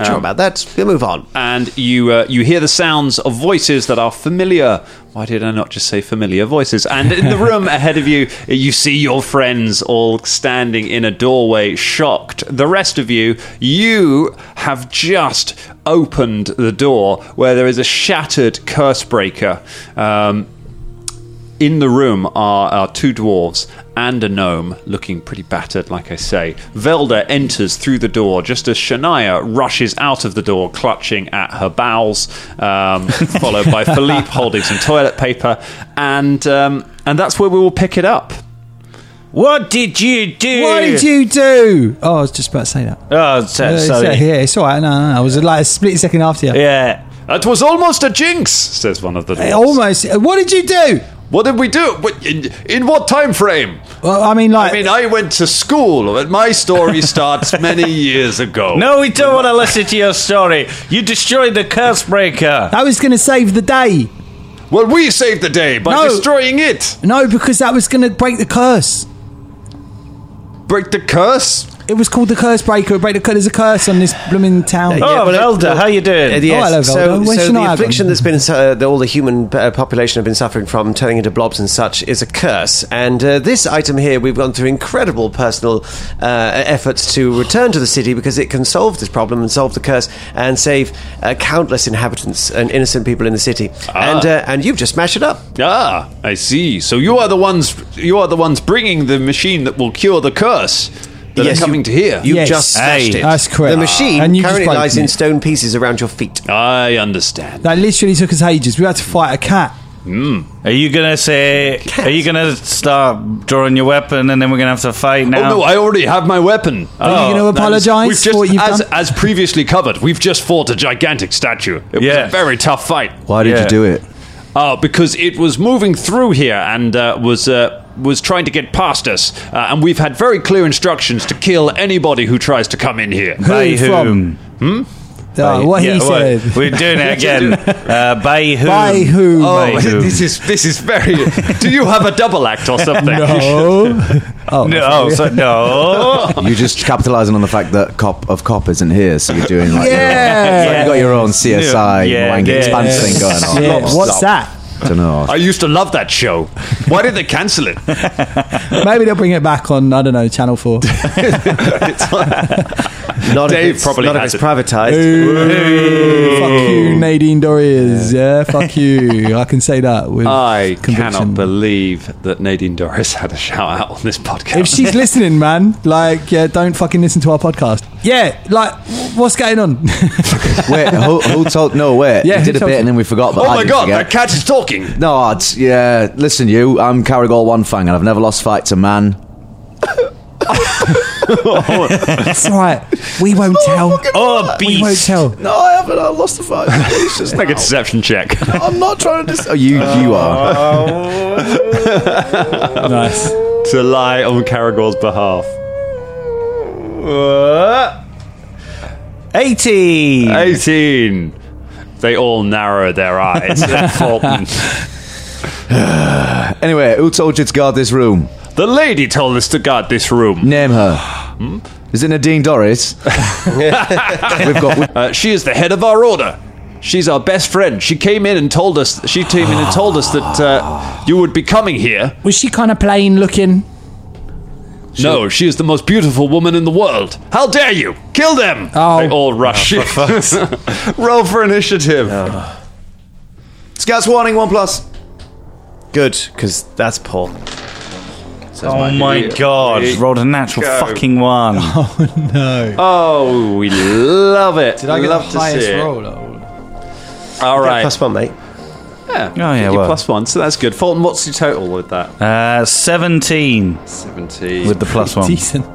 S1: Um,
S8: sure about that. We'll move on.
S1: And you uh, you hear the sounds of voices that are familiar. Why did I not just say familiar voices? And in the room ahead of you, you see your friends all standing in a doorway, shocked. The rest of you, you have just opened the door where there is a shattered curse breaker. Um, in the room are, are two dwarves and a gnome looking pretty battered, like I say. Velda enters through the door just as Shania rushes out of the door, clutching at her bowels, um, followed by Philippe holding some toilet paper. And, um, and that's where we will pick it up.
S5: What did you do?
S6: What did you do? Oh, I was just about to say that.
S5: Oh, so-
S6: Uh, it's, uh,
S5: sorry.
S6: yeah, it's all right. No, no, no. I was uh, like a split second after you.
S5: Yeah.
S1: That was almost a jinx, says one of the
S6: It
S1: dwarves.
S6: Almost. uh, What did you do?
S1: What did we do? What- In, in what time frame?
S6: Well, I mean, like,
S1: I mean, I went to school, but my story starts many years ago.
S5: No, we don't want to listen to your story. You destroyed the curse breaker.
S6: that was going to save the day.
S1: Well, we saved the day by
S6: No.
S1: destroying it.
S6: No, because that was going to break the curse.
S1: Break the curse?
S6: It was called the curse breaker. It break the curse. There's a curse on this blooming town.
S5: Oh,
S8: Uh, but it-
S5: Velda, how you doing?
S8: Uh, yes.
S6: Oh, hello,
S8: so,
S6: Velda. Where's Shania
S8: so the
S6: gone?
S8: affliction that's been uh, that all the human uh, population have been suffering from, turning into blobs and such, is a curse. And uh, this item here, we've gone through incredible personal uh, efforts to return to the city because it can solve this problem and solve the curse and save uh, countless inhabitants and innocent people in the city.
S5: Ah.
S8: And uh, and you've just smashed it up.
S1: Ah, I see. So you are the ones you are the ones bringing the machine that will cure the curse that
S8: Yes,
S1: are coming
S8: you-
S1: to here.
S8: You
S6: Yes.
S8: just smashed
S5: Hey.
S8: it.
S6: That's correct. Ah,
S8: The machine
S6: And you just
S8: currently
S6: broke
S8: lies
S6: it.
S8: in stone pieces around your feet.
S1: I understand.
S6: That literally took us ages. We had to fight a cat.
S5: Are you gonna say? Are you gonna start drawing your weapon, and then we're gonna have to fight
S1: Oh
S5: now?
S1: no, I already have my weapon. Oh,
S6: Are you going to
S1: We've
S6: apologise
S1: just,
S6: for what you've
S1: as,
S6: done?
S1: as previously covered, we've just fought a gigantic statue. It was
S5: Yeah.
S1: a very tough fight.
S7: Why did
S5: Yeah.
S7: you do it?
S1: Uh, because it was moving through here and uh, was uh, was trying to get past us, uh, and we've had very clear instructions to kill anybody who tries to come in here.
S5: by
S6: Who
S5: whom?
S6: Oh, what
S5: Yeah,
S6: he
S5: well,
S6: said.
S5: We're doing it again. uh, by whom?
S6: By whom?
S5: By
S1: Oh,
S5: whom?
S1: this is this is very. Do you have a double act or something?
S6: Oh. oh.
S5: No, oh, so, no.
S7: You're just capitalising on the fact that cop of cop isn't here, so you're doing like
S6: Yeah.
S7: your, you got your own CSI
S5: Yeah,
S7: wank
S5: yeah.
S7: expanse thing going on.
S6: Yeah, What's that?
S7: I don't know.
S1: I used to love that show. Why did they cancel it?
S6: Maybe they'll bring it back on, I don't know, Channel 4.
S8: Not
S1: Dave
S8: if it's,
S1: probably
S8: not if
S1: has
S8: it's
S1: it.
S8: privatized.
S6: Ooh, fuck you, Nadine Dorries. Yeah, fuck you. I can say that with
S1: I
S6: conviction.
S1: cannot believe that Nadine Doris had a shout out on this podcast.
S6: If she's listening, man, like, yeah, don't fucking listen to our podcast. Yeah, like, w- what's going on?
S7: wait, who, who told? No, wait.
S6: Yeah,
S7: you
S6: who
S7: did a
S6: told-
S7: bit and then we forgot. But
S1: oh
S7: I
S1: my
S7: didn't
S1: god,
S7: forget.
S1: that cat is talking.
S7: No, odds. Yeah, listen, you. I'm Caragol One Fang, and I've never lost fight to man.
S6: That's right. We won't tell.
S5: Oh,
S6: We won't
S5: beast.
S6: tell.
S7: No, I haven't. I lost the fight.
S1: Make a deception check.
S7: I'm not trying to. Dis- oh, you, you are.
S6: Nice.
S1: to lie on Caragor's behalf.
S5: 80.
S1: 18. They all narrow their eyes at Fulton.
S7: Anyway, who told you to guard this room?
S1: The lady told us to guard this room.
S7: Name her.
S8: Hmm?
S7: Is it Nadine Doris? We've got.
S1: Uh, she is the head of our order.
S4: She's our best friend. She came in and told us. She came in and told us that uh, you would be coming here.
S6: Was she kind of plain looking?
S4: No, she is the most beautiful woman in the world. How dare you? Kill them!
S6: Oh.
S4: They all rush. Roll for initiative.
S8: Scouts warning, one plus. Good, because that's poor.
S5: Oh my god! Just rolled a natural fucking one.
S4: Oh, we love it. Did
S6: I get
S4: love
S6: the highest
S4: to see it.
S6: roll.
S4: All right.
S8: Plus one, mate.
S4: yeah.
S5: Oh, yeah,
S4: You
S5: well.
S4: plus one, so that's good. Fulton, what's your total with that?
S5: Uh, Seventeen
S4: 17.
S5: with the plus one.
S6: Decent.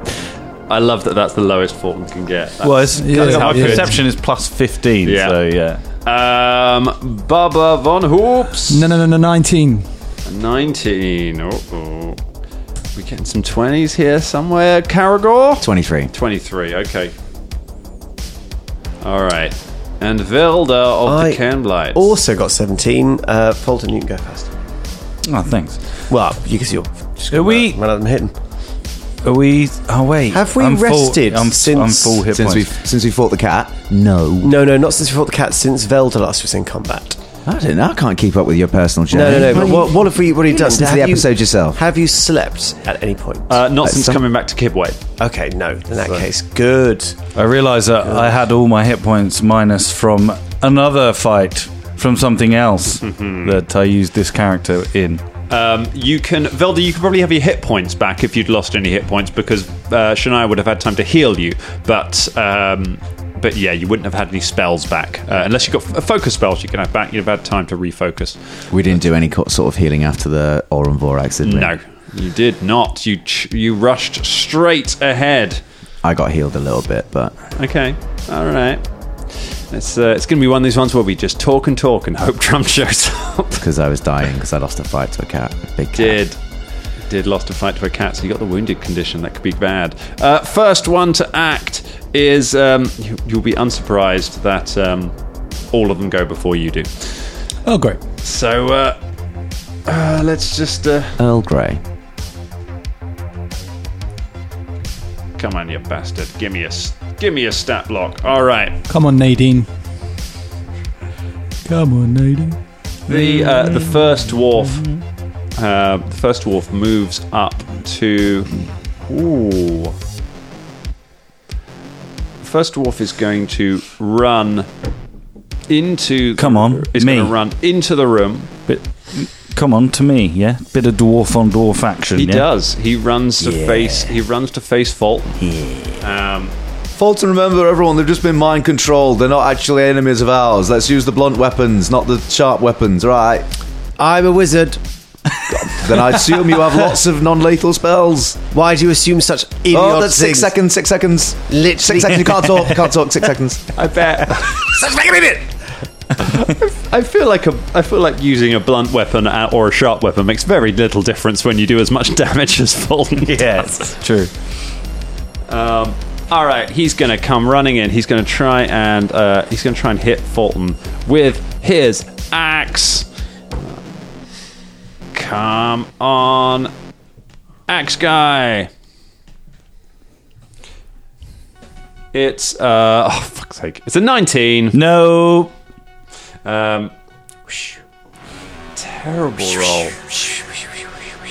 S4: I love that that's the lowest Fulton can get. That's-
S5: Well, it's,
S6: Yeah,
S5: our
S6: yeah.
S5: perception is plus fifteen.
S4: Yeah.
S5: So yeah.
S4: Um, Bubba Von Hoops.
S6: No, no, no, no. Nineteen.
S4: 19. Uh-oh. oh. We getting some 20s here somewhere. Caragor?
S7: 23.
S4: 23, okay. All right. And Vilda of
S8: I
S4: the Camblights.
S8: Also got 17. Uh, Fulton, you can go first.
S5: Oh, thanks.
S8: Well, you can see your.
S5: Are we?
S8: Run out and hit him.
S5: Are we? Oh wait.
S8: Have we
S5: full-
S8: rested
S5: I'm, I'm
S8: since-
S5: full hit
S7: Since we
S5: points.
S7: since we fought the cat? No.
S8: No, no, not since we fought the cat, since Velda last was in combat.
S7: I don't know. I can't keep up with your personal
S8: No,
S7: journey.
S8: no, no. But what, what have we what have you done?
S7: Listen to
S8: Have
S7: the
S8: you-
S7: episode yourself.
S8: Have you slept at any point?
S4: Uh, not since
S7: some-
S4: coming back to Kibway.
S8: okay, no. In that case, good.
S5: I realised that I had all my hit points minus from another fight from something else
S8: Mm-hmm.
S5: that I used this character in.
S4: Um, you can, Velda, you could probably have your hit points back if you'd lost any hit points because uh, Shania would have had time to heal you. But um, but yeah, you wouldn't have had any spells back. Uh, unless you got f- focus spells you can have back, you'd have had time to refocus.
S7: We didn't do any co- sort of healing after the Auron Vorax, did we?
S4: No, you did not. You, ch- you rushed straight ahead.
S7: I got healed a little bit, but
S4: Okay, all right. It's, uh, it's going to be one of these ones where we just talk and talk and hope Trump shows up.
S7: because I was dying because I lost a fight to a cat. a Big cat.
S4: did did lost a fight to a cat so you got the wounded condition that could be bad uh, first one to act is um, you, you'll be unsurprised that um, all of them go before you do
S6: Oh, great.
S4: so uh, uh, let's just uh,
S7: Earl Grey.
S4: come on you bastard give me a s- give me a stat block all right
S6: Come on, Nadine. Come on, Nadine.
S4: the uh, the first dwarf uh, the first dwarf moves up to ooh first dwarf is going to run into the-
S5: Come on,
S4: is
S5: me.
S4: going to run into the room
S5: But come on to me, yeah. Bit of dwarf on dwarf action.
S4: he
S5: yeah?
S4: does he runs to face he runs to face Fulton um,
S9: Fulton, remember everyone, they've just been mind controlled. They're not actually enemies of ours. Let's use the blunt weapons, not the sharp weapons, right?
S8: I'm a wizard.
S9: Then I assume you have lots of non lethal spells.
S8: Why do you assume such idiotic
S9: Oh, that's six
S8: things?
S9: seconds, six seconds.
S8: Literally.
S9: Six seconds, you can't talk, can't talk, six seconds.
S4: I bet I feel like a, I feel like using a blunt weapon uh, or a sharp weapon makes very little difference when you do as much damage as Fulton does. Um,
S5: Yes, true.
S4: All right, he's going to come running in. He's going to try and uh, he's going to try and hit Fulton with his axe. Come on, axe guy. It's uh oh fuck's sake. It's a 19.
S5: No,
S4: Um terrible roll.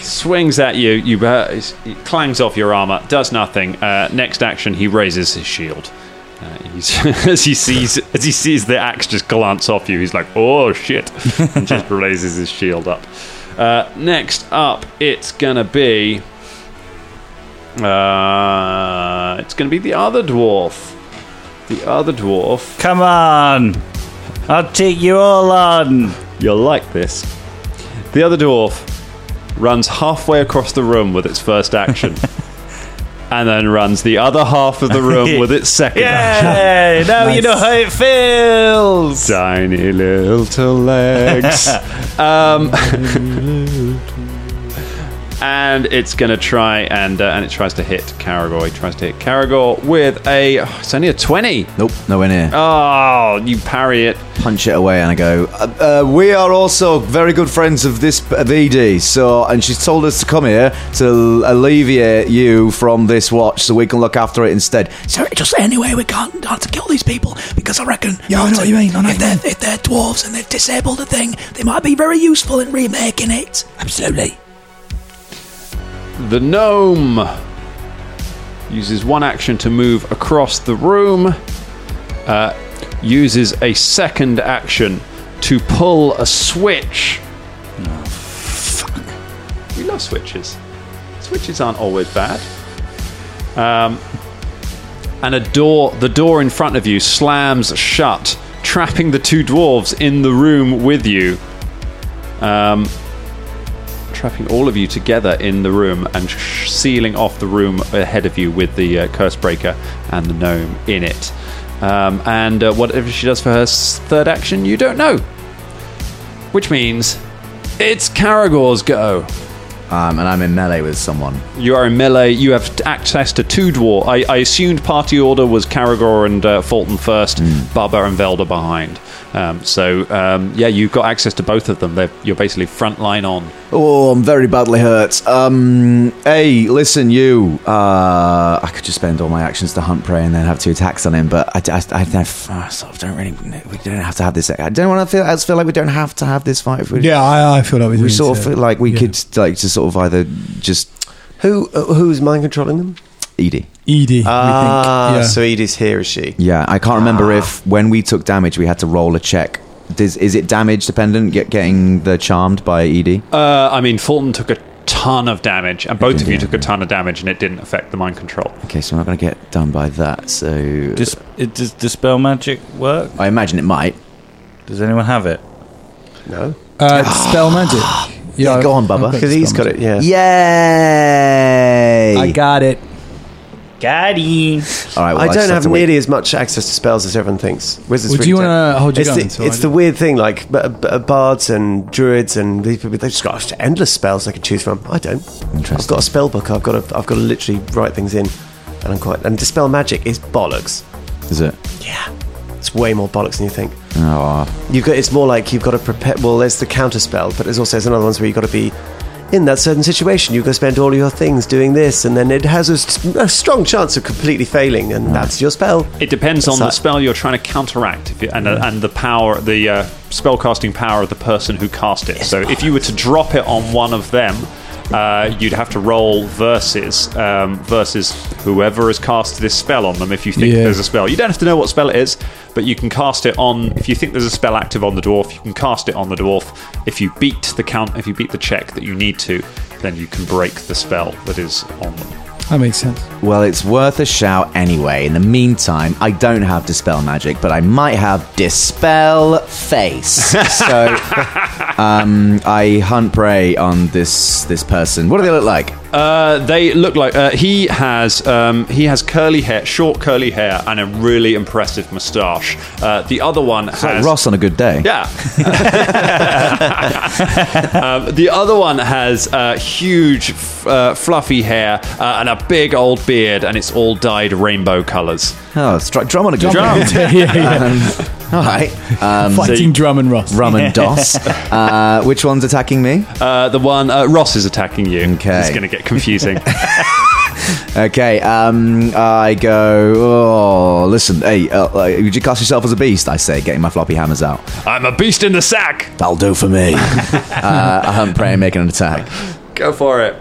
S4: Swings at you. You uh, it clangs off your armor. Does nothing. Uh, next action, he raises his shield. Uh, he's, as he sees as he sees the axe just glance off you, he's like, "Oh shit!" and just raises his shield up. Uh, next up, it's gonna be uh, it's gonna be the other dwarf. The other dwarf
S5: come on. I'll take you all on.
S4: You'll like this. The other dwarf runs halfway across the room with its first action. and then runs the other half of the room with its second action.
S5: Yay! Now you know how it feels.
S4: Tiny little legs. um, and it's going to try and uh, and it tries to hit Caragor. It tries to hit Caragor with a. oh, it's only a twenty.
S7: Nope, nowhere near.
S4: Oh, you parry it.
S7: Punch it away, and I go. "Uh,
S9: Uh, we are also very good friends of this of
S7: E
S9: Edie, so and she's told us to come here to alleviate you from this watch, so we can look after it instead.
S11: So just anyway, we can't have to kill these people because I reckon.
S6: Yeah, I know what you mean, I know
S11: if,
S6: what you
S11: they're, if they're dwarves and they've disabled the thing, they might be very useful in remaking it. Absolutely.
S4: The gnome uses one action to move across the room, uh, uses a second action to pull a switch. fuck. We love switches. Switches aren't always bad. Um, and a door, the door in front of you slams shut, trapping the two dwarves in the room with you. Um, trapping all of you together in the room and sh- sealing off the room ahead of you with the uh, curse breaker and the gnome in it. Um, and uh, whatever she does for her s- third action, you don't know. Which means it's Caragor's go.
S7: Um, and I'm in melee with someone.
S4: You are in melee. You have t- access to two dwarf. I, I assumed party order was Caragor and uh, Fulton first, Baba and Velda behind. Um, so um, yeah, you've got access to both of them. They're, you're basically front line on.
S9: Oh, I'm very badly hurt. Um, hey, listen, you.
S7: Uh, I could just spend all my actions to hunt prey and then have two attacks on him, but I, I, I, don't- I sort of don't really. We don't have to have this. I don't want to feel. I just feel like we don't have to have this fight. If we,
S6: Yeah, I, I feel like we,
S7: we sort of feel like we
S6: yeah.
S7: could like to sort of either just
S8: Who uh, who's mind controlling them?
S7: Edie.
S6: Edie.
S8: Ah,
S6: we think. Yeah.
S8: so Edie's here, is she?
S7: Yeah, I can't remember if when we took damage we had to roll a check. Does, is it damage dependent? Get getting the charmed by Edie.
S4: Uh, I mean, Fulton took a ton of damage, and both of you took a ton of damage, and it didn't affect the mind control.
S7: Okay, so I'm not going to get done by that. So
S5: Dis- it, does dispel magic work?
S7: I imagine it might.
S5: Does anyone have it?
S6: Uh, spell magic. Yeah,
S7: go on,
S6: I've
S7: Bubba.
S6: got
S8: Because he's
S6: spell
S8: got it.
S6: magic.
S8: Yeah.
S7: Yay!
S6: I got it.
S7: All right, well,
S8: I
S7: just
S8: don't have
S7: to wait.
S8: nearly as much access to spells as everyone thinks. Wizards
S6: Well, do
S8: really
S6: you wanna
S8: don't.
S6: hold your
S8: it's
S6: gun
S8: The,
S6: so
S8: it's
S6: I-
S8: the weird thing, like b- b- bards and druids and these people, they've just got endless spells they can choose from. I don't. I've got a spell book. I've got to. I've got to literally write things in, and I'm quite. And dispel magic is bollocks.
S7: Is it?
S8: It's way more bollocks than you think.
S7: Oh,
S8: You've got. It's more like you've got to prepare. Well, there's the counter spell, but there's also there's another ones where you've got to be. In that certain situation, you've got to spend all your things doing this, and then it has a, s- a strong chance of completely failing, and that's your spell.
S4: It depends on
S8: It's
S4: the
S8: like-
S4: spell you're trying to counteract, if you, and, uh, and the power, the uh, spellcasting power of the person who cast it. So, if you were to drop it on one of them, uh, you'd have to roll versus um, versus whoever has cast this spell on them. If you think
S6: Yeah.
S4: there's a spell, you don't have to know what spell it is, but you can cast it on. If you think there's a spell active on the dwarf, you can cast it on the dwarf. If you beat the count, if you beat the check that you need to, then you can break the spell that is on them.
S6: That makes sense.
S7: well, it's worth a shout anyway. In the meantime, I don't have dispel magic, but I might have dispel face. so, um, I hunt prey on this this person. What do they look like?
S4: Uh, they look like uh, he has um, he has curly hair, short curly hair, and a really impressive moustache. Uh, the other one
S7: Like
S4: has
S7: Ross on a good day.
S4: Yeah. um, the other one has uh, huge, f- uh, fluffy hair uh, and a big old beard, and it's all dyed rainbow colours.
S7: Oh, stri- drum on a good day. Um,
S6: yeah, yeah.
S7: All right. Um,
S6: Fighting Drum and Ross.
S7: Rum and Dos. Uh, which one's attacking me?
S4: Uh, the one uh, Ross is attacking you.
S7: Okay.
S4: it's going to get confusing.
S7: Okay, um, I go. Oh, listen, hey, uh, uh, would you cast yourself as a beast? I say, getting my floppy hammers out.
S4: I'm a beast in the sack.
S7: That'll do for me. uh, I hunt prey and make an attack.
S4: Go for it.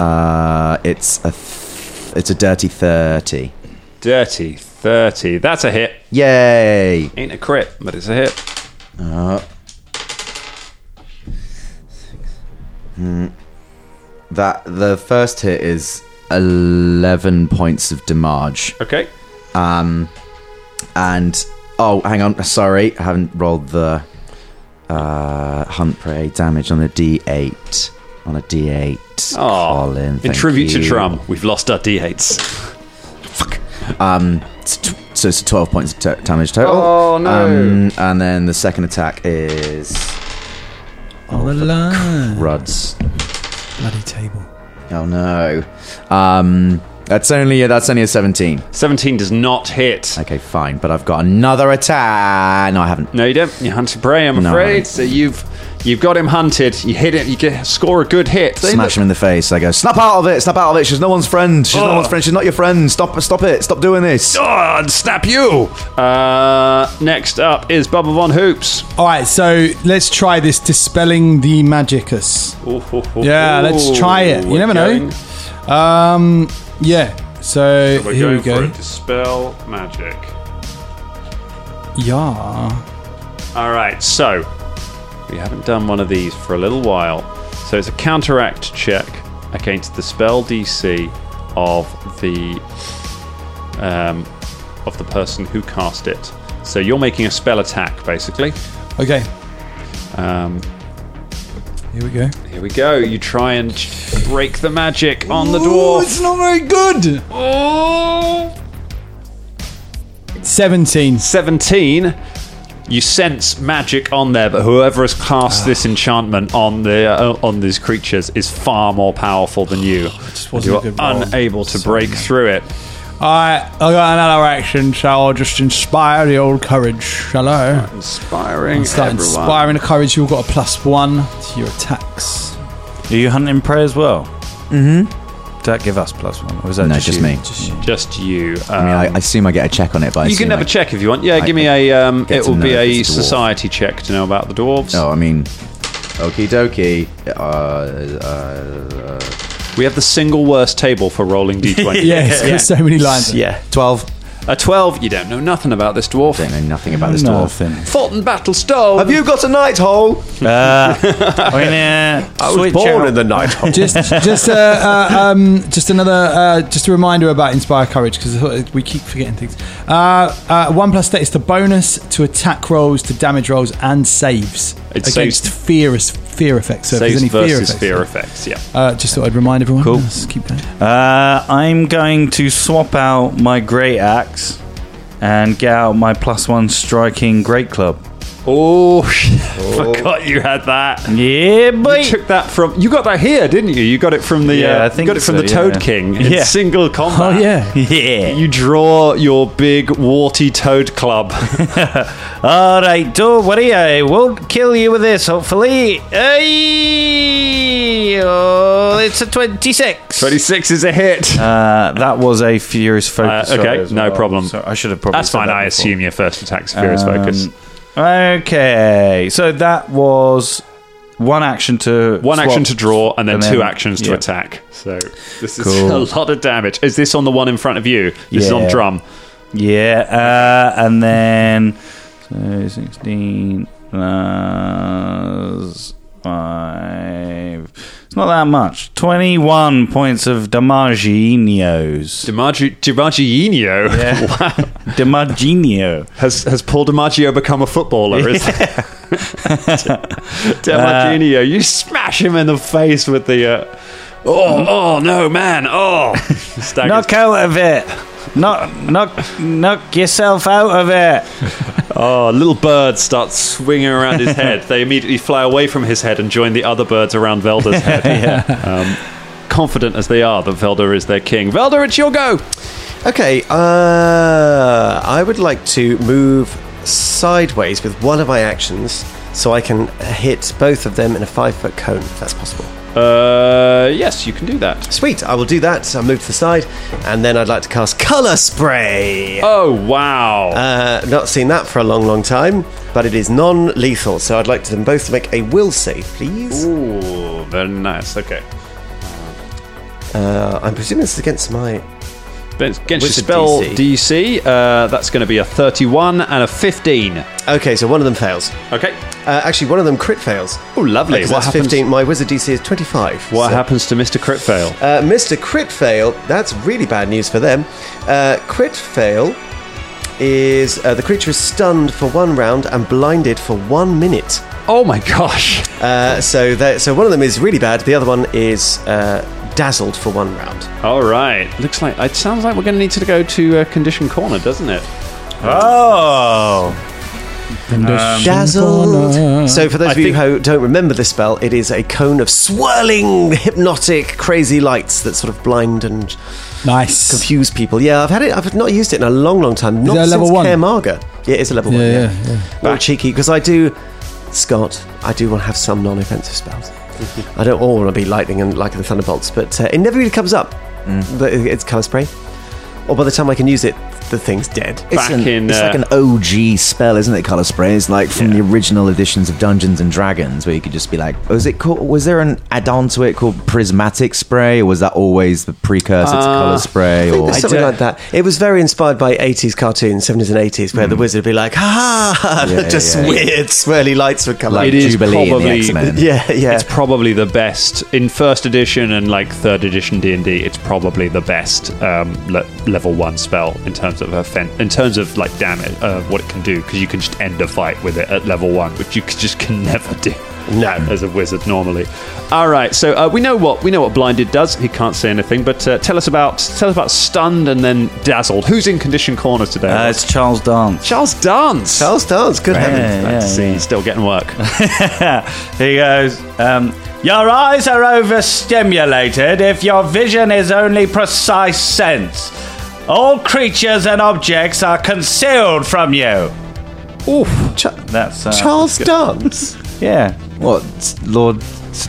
S7: Uh, it's a, th- it's a dirty thirty.
S4: Dirty thirty. That's a hit.
S7: Yay!
S4: Ain't a crit, but it's a hit.
S7: That the first hit is eleven points of damage,
S4: Okay.
S7: Um, and oh, hang on, sorry, I haven't rolled the uh, hunt prey damage on a D eight. On a D eight.
S4: Oh,
S7: Colin,
S4: in
S7: thank
S4: tribute to
S7: you.
S4: Drum, we've lost our D8s.
S7: It's tw- Um, So it's 12 points of t- damage total. Um,
S4: Oh, no.
S7: and then the second attack is.
S6: On the line.
S7: Ruds.
S6: Bloody table.
S7: Oh no. Um, that's only that's only a seventeen.
S4: 17 does not hit.
S7: Okay, fine. But I've got another attack. No, I haven't.
S4: No, you don't. You hunt and prey, I'm
S7: No, I
S4: afraid.
S7: haven't.
S4: So you've you've got him hunted. You hit it. You get, score a good hit.
S7: Smash him in the face. I go, snap out of it, snap out of it. She's no one's friend. She's
S4: Oh.
S7: no one's friend. She's not your friend. Stop, stop it. Stop doing this.
S4: God, oh, snap you! Uh, next up is Bubba Von Hoops.
S6: All right, so let's try this dispelling the magicus. Yeah, let's try it. You never know. Um, yeah. So
S4: We're
S6: here
S4: going
S6: we go.
S4: for a dispel magic.
S6: Yeah.
S4: All right, so we haven't done one of these for a little while. So it's a counteract check against the spell DC of the um, of the person who cast it. So you're making a spell attack, basically.
S6: Okay.
S4: Um,
S6: Here we go.
S4: here we go. You try and break the magic on the dwarf.
S6: it's not very good. Seventeen.
S4: 17 you sense magic on there but whoever has cast this enchantment on the uh, on these creatures is far more powerful than you
S6: wasn't
S4: you
S6: a
S4: are
S6: good roll.
S4: unable to break through it
S6: All right, I got another action, so I'll just inspire the old courage. Hello.
S4: inspiring
S6: Start inspiring the courage. You've got a plus one to your attacks.
S5: Are you hunting prey as well? Mm-hmm. Did that give us plus one? Or was that
S7: No,
S5: just,
S7: just
S5: you?
S7: me.
S4: just you
S7: I mean,
S4: um,
S7: I, I assume I get a check on it, but I
S4: you can
S7: assume
S4: have
S7: I-
S4: a check if you want yeah give me
S7: I-
S4: a um,
S7: get
S4: it
S7: to
S4: will
S7: know
S4: be
S7: if
S4: a
S7: it's a dwarf.
S4: society check to know about the dwarves
S7: Oh, I mean, okie dokie. Uh, uh,
S4: we have the single worst table for rolling d20
S6: Yeah, it's got so many lines.
S8: Yeah.
S7: Twelve.
S4: a 12 you don't know nothing about this dwarf
S7: Don't know nothing about this dwarf.
S5: Nothing.
S4: fought in battle stole
S9: Have you got a night hole?
S5: Uh, I mean, uh,
S8: I was
S5: switch
S8: born
S5: out.
S8: in the night.
S6: just just uh, uh, um, just another uh, just a reminder about inspire courage because we keep forgetting things. Uh, uh, one plus stat is the bonus to attack rolls, to damage rolls, and saves
S4: It
S6: against
S4: saves-
S6: fear fear effects. So
S4: saves
S6: if there's any fear
S4: versus
S6: effects,
S4: fear effects yeah
S6: Uh, just thought I'd remind everyone. Cool. keep going.
S5: Uh, I'm going to swap out my great axe and get out my plus one striking great club.
S4: Oh, forgot you had that.
S5: Yeah,
S4: You took that from. You got that here, didn't you? You got it from the.
S5: Yeah,
S4: uh,
S5: I
S4: you
S5: think
S4: got it from
S5: so,
S4: the
S5: yeah.
S4: Toad King in
S5: Yeah.
S4: single combat.
S6: Oh yeah.
S5: Yeah.
S4: You draw your big warty toad club.
S5: All right, don't worry, I won't kill you with this. Hopefully, Ay! oh, it's a twenty-six.
S4: Twenty-six is a hit.
S5: Uh, that was a furious focus.
S4: Uh, okay,
S5: shot as
S4: no
S5: well.
S4: problem.
S5: So I should have probably.
S4: That's
S5: said
S4: fine.
S5: that
S4: I
S5: before.
S4: assume your first attack's furious focus.
S5: Um, Okay, so that was one action to
S4: One
S5: swap.
S4: action to draw, and then,
S5: and
S4: two
S5: then-
S4: actions to
S5: yeah.
S4: attack. So this is
S5: Cool.
S4: a lot of damage. Is this on the one in front of you? This is on
S5: Yeah.
S4: drum.
S5: Yeah, uh, and then so sixteen plus five. It's not that much. Twenty-one points of Damaginos.
S4: Dimaggi- Dimaggio
S5: Dimaginio.
S4: has has Paul Dimaggio become a footballer? Is Demaginio,
S5: Uh,
S4: you smash him in the face with the. Uh, oh, oh no, man! Oh, Staggers.
S5: Mm. Knock out of it. Knock, knock, knock yourself out of it.
S4: Oh, little birds start swinging around his head. they immediately fly away from his head and join the other birds around Velda's head. um, confident as they are that Velda is their king. Velda, it's your go.
S8: Okay, uh, I would like to move sideways with one of my actions so I can hit both of them in a five foot cone, if that's possible.
S4: Uh, yes, you can do that.
S8: Sweet, I will do that. So I'll move to the side, and then I'd like to cast Colour Spray.
S4: Oh wow!
S8: Uh, not seen that for a long, long time, but it is non lethal, so I'd like them both to make a will save, please.
S4: Ooh, very nice. Okay.
S8: Uh, I'm presuming this is against my.
S4: Against your
S8: Wizard
S4: spell DC,
S8: DC.
S4: uh, that's going to be a 31 and a 15.
S8: Okay, so one of them fails.
S4: Okay.
S8: Uh, actually, one of them crit fails.
S4: Oh, lovely.
S8: Because
S4: What
S8: that's
S4: happens-
S8: 15. My wizard DC is 25.
S4: What
S8: so-
S4: happens to Mr. Crit Fail?
S8: Uh, Mr. Crit Fail, that's really bad news for them. Uh, crit Fail is uh, the creature is stunned for one round and blinded for one minute.
S4: Oh my gosh.
S8: Uh, so that so one of them is really bad. The other one is uh, dazzled for one round.
S4: All right. Looks like it sounds like we're going to need to go to uh, Condition Corner, doesn't it?
S5: Oh,
S12: Dazzled. So, for those
S4: I
S12: of you
S4: think-
S12: who don't remember this spell, it is a cone of swirling, hypnotic, crazy lights that sort of blind and
S6: nice.
S12: confuse people. Yeah, I've had it. I've not used it in a long, long time. Not
S6: that a
S12: since
S6: level one?
S12: Care Marga. Yeah, it's a level
S6: Yeah,
S12: one.
S6: yeah,
S12: Yeah, All cheeky because I do, Scott. I do want to have some non-offensive spells. I don't all want to be lightning and like the thunderbolts, but uh, it never really comes up. But it- it's color spray. Or by the time I can use it, the thing's dead.
S7: It's,
S4: Back
S7: an-
S4: in,
S7: it's
S4: uh,
S7: like an OG spell, isn't it? Color spray It's like from the original editions of Dungeons and Dragons, where you could just be like, "Was it called? Was there an add-on to it called prismatic spray? Or was that always the precursor to
S4: Uh,
S7: color spray?"
S12: I think
S7: Or
S12: there's something
S5: don't-
S12: like that. It was very inspired by 80s cartoons, 70s and 80s, where the wizard would be like, ha ha,
S7: Yeah,
S12: just
S7: yeah.
S12: weird swirly lights would come
S7: like
S12: out.
S4: It is
S7: Jubilee in the
S4: probably-
S7: X-Men.
S12: Yeah, yeah.
S4: It's probably the best in first edition and like third edition D and D. It's probably the best um, le- level one spell in terms of offen- in terms of like damage, uh, what it can do because you can just end a fight with it at level one, which you c- just can never do. No, as a wizard normally. All right, so uh, we know what we know what blinded does. He can't say anything, but uh, tell us about tell us about stunned and then dazzled. Who's in condition corner today?
S5: Uh, it's Charles Dance.
S4: Charles Dance.
S12: Charles Dance, good heavens.
S5: Yeah, yeah,
S4: See, he's still getting work.
S5: he goes, um, Your eyes are overstimulated if your vision is only precise sense. All creatures and objects are concealed from you.
S12: Oof. Cha-
S5: That's uh,
S12: Charles Dance.
S5: Yeah.
S7: What Lord T-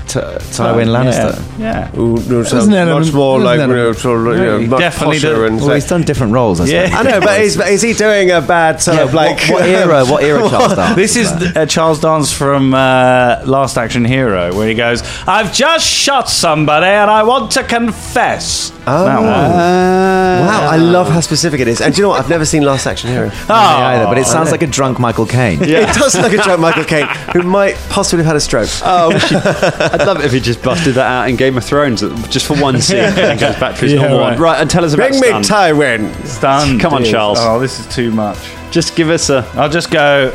S7: T- Tywin Lannister?
S5: Yeah. yeah.
S8: Ooh, no, sounds
S6: an element-
S8: much more
S6: there's
S8: like
S6: an
S8: you know,
S6: element.
S8: sort of, you know,
S5: he
S8: much
S5: definitely
S8: posher
S5: did.
S8: and
S7: Well, he's done different roles. I
S5: Yeah.
S7: suppose.
S12: I know, but is, is he doing a bad sort
S7: Yeah,
S12: of like.
S7: what, what era? What era? Charles Dance?
S5: This is the, uh, Charles Dance from uh, Last Action Hero, where he goes, "I've just shot somebody, and I want to confess."
S8: Ah.
S12: Oh.
S5: That one.
S12: Wow, I love how specific it is. And do you know what? I've never seen Last Action Hero.
S5: Oh.
S7: either, but it sounds like a drunk Michael Caine.
S12: It does look a drunk Michael Caine, who might possibly have had a stroke.
S4: Oh, we should- I'd love it if he just busted that out in Game of Thrones uh, just for one scene and then goes back to his
S5: Yeah,
S4: normal one.
S5: right.
S4: Right, and tell us about
S12: Bring me
S4: Stan.
S12: Tywin.
S5: Stunned.
S4: Come on,
S5: is-
S4: Charles.
S5: Oh, this is too much.
S4: Just give us a.
S5: I'll just go,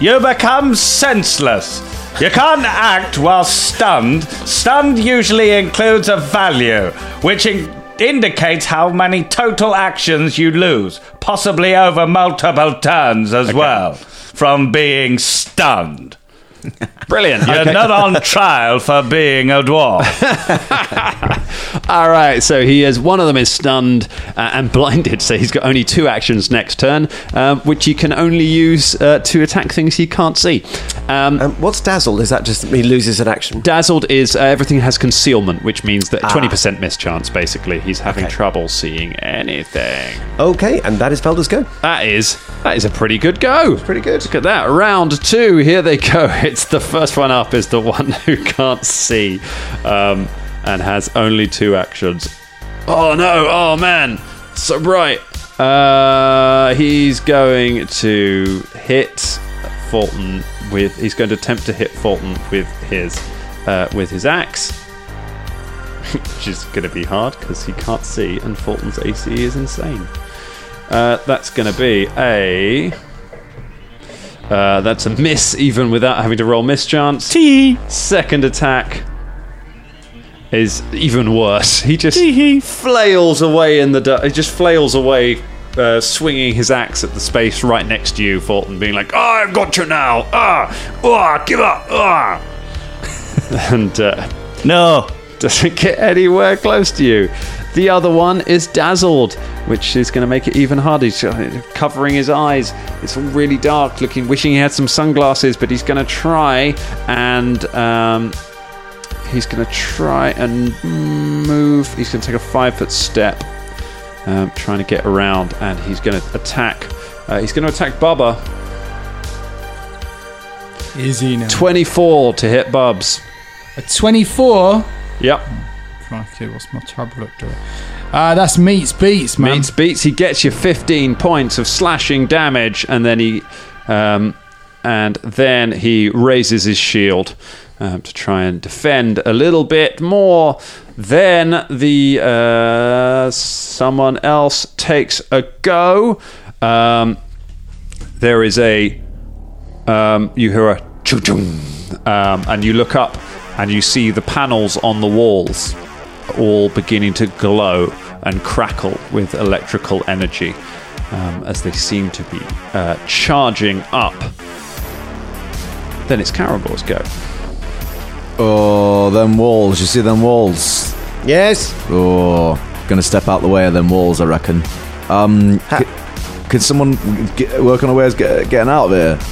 S5: You become senseless. You can't act while stunned. Stunned usually includes a value, which in- indicates how many total actions you lose, possibly over multiple turns as well, from being stunned.
S4: Brilliant.
S5: You're
S4: Okay.
S5: not on trial for being a dwarf.
S4: All right, so he is. One of them is stunned uh, and blinded, so he's got only two actions next turn, um, which he can only use uh, to attack things he can't see. Um,
S12: Um, what's dazzled? Is that just he loses an action?
S4: Dazzled is uh, everything has concealment, which means
S12: Ah.
S4: that 20% mischance, basically. He's having trouble seeing anything.
S12: Okay, and that is Felder's go.
S4: That is that is a pretty good go. pretty good. Look at that. Round two. Here they go. It's the first one up is the one who can't see, um, and has only two actions. Oh no! Oh man! So right. Uh, he's going to hit Fulton with. He's going to attempt to hit Fulton with his uh, with his axe. Which is going to be hard because he can't see, and Fulton's AC is insane. Uh, that's going to be a. Uh, that's a miss, even without having to roll mischance. Tee. Second attack is even worse. He just flails away in the. Du- he just flails away, uh, swinging his axe at the space right next to you, Fulton, being like, "Ah, "I've got you now! Ah, ah, give up! Ah!" and uh,
S5: No.
S4: doesn't get anywhere close to you. The other one is dazzled, which is going to make it even harder. He's uh, covering his eyes. It's all really dark looking, wishing he had some sunglasses, but he's going to try and um, he's going to try and move. He's going to take a five foot step, um, trying to get around, and he's going to attack. Uh, he's going to attack Bubba.
S6: Is he now?
S4: 24 to hit Bubs.
S6: A 24.
S4: Yep.
S6: Crikey, what's my tablet doing? Uh, that's meets beats, man.
S4: Meets beats. He gets you 15 points of slashing damage, and then he, um, and then he raises his shield um, to try and defend a little bit more. Then the uh, someone else takes a go. Um, there is a um, you hear a chung um, and you look up and you see the panels on the walls all beginning to glow and crackle with electrical energy um, as they seem to be uh, charging up Then it's Carabor's go.
S7: Oh, them walls. You see them walls?
S13: Yes.
S7: Oh, gonna step out the way of them walls, I reckon. Um, c- can someone get, work on a way of get, getting out of here?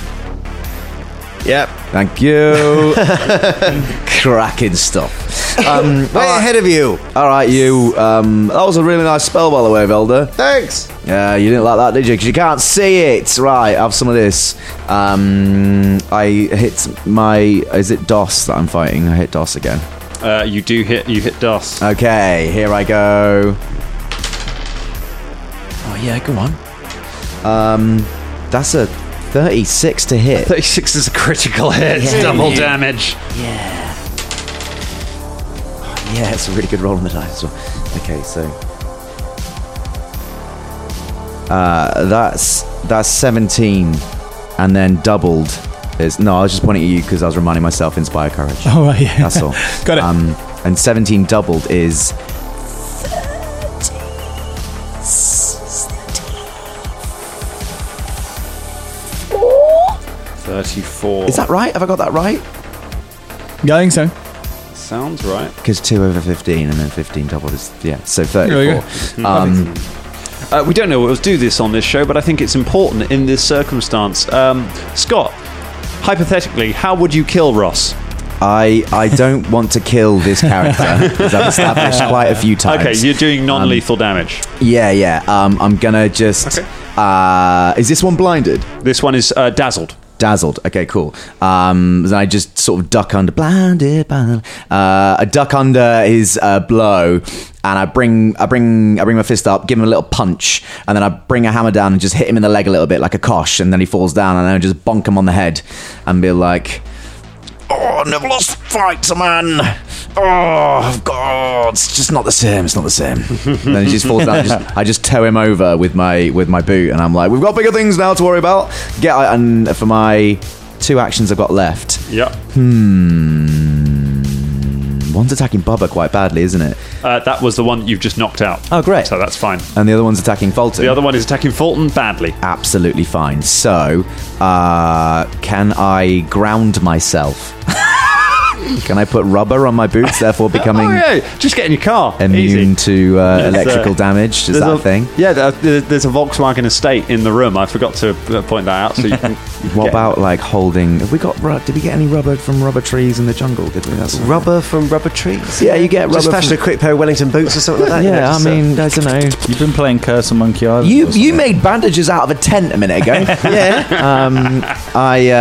S13: Yep.
S7: Thank you. Cracking stuff. Um,
S13: Way ahead of you.
S7: all right, you. Um, that was a really nice spell, by the way, Velda.
S13: Thanks.
S7: Yeah, you didn't like that, did you? Because you can't see it. Right, have some of this. Um, I hit my. Is it DOS that I'm fighting? I hit DOS again.
S4: Uh, you do hit. You hit Doss.
S7: Okay, here I go. Oh, yeah, go on. Um, that's a 36 to hit.
S4: 36 is a critical hit. It's double damage.
S7: Yeah, it's a really good roll on the dice as well. Okay, so. Uh, that's that's 17 and then doubled is no i was just pointing at you because i was reminding myself inspire courage
S6: Oh, right, yeah.
S7: that's all
S6: Got it.
S7: um, and 17 doubled is
S4: 34.
S7: is that right have i got that right
S6: Yeah, I think so.
S4: Sounds right.
S7: because 2 over 15 and then 15 doubled is yeah so
S6: There we
S7: 34 um,
S4: Uh, we don't know what to do this on this show, but I think it's important in this circumstance. Um, Scott, hypothetically, how would you kill Ross?
S7: I I don't want to kill this character because I've established quite a few times.
S4: Okay, you're
S7: Um,
S4: doing non-lethal damage.
S7: yeah, yeah. Um, I'm gonna just. Uh, is this one blinded?
S4: This one is uh, dazzled.
S7: Dazzled. Okay, cool. Um, then I just sort of duck under, blinded by. the- Uh, I duck under his uh, blow, and I bring, I bring, I bring my fist up, give him a little punch, and then I bring a hammer down and just hit him in the leg a little bit, like a kosh, and then he falls down, and I just bonk him on the head, and be like,
S14: Oh, I've never lost fights, man. Oh, God, it's just not the same. It's not the same.
S7: And then he just falls down. I just, I just tow him over with my with my boot, and I'm like, "We've got bigger things now to worry about." Get out- and for my two actions I've got left.
S4: Yep.
S7: One's attacking Bubba quite badly, isn't it?
S4: Uh, that was the one you've just knocked out.
S7: Oh, great.
S4: So that's fine.
S7: And the other one's attacking Fulton.
S4: The other one is attacking Fulton badly.
S7: absolutely fine. So, uh, can I ground myself? can I put rubber on my boots, therefore becoming
S4: Oh, yeah. Just get in your car.
S7: immune
S4: Easy.
S7: to uh,
S4: Yes,
S7: electrical
S4: uh,
S7: damage? Is
S4: There's
S7: that a
S4: a-
S7: thing?
S4: Yeah, there- there- there's a Volkswagen estate in the room. I forgot to uh, point that out. So you can, you can
S7: What
S4: get-
S7: about like holding? Have we got? ru- Did we get any rubber from rubber trees in the jungle? Did we? That's
S8: Rubber from rubber trees.
S7: Yeah, you get rubber.
S8: Just fashion a quick pair of Wellington boots or something like that.
S7: from,
S8: you know,
S7: yeah, I
S8: just, uh,
S7: mean, I don't know.
S15: You've been playing Curse and Monkey Island.
S7: You
S15: or
S7: you
S15: something.
S7: made bandages out of a tent a minute ago. yeah. Um, I uh,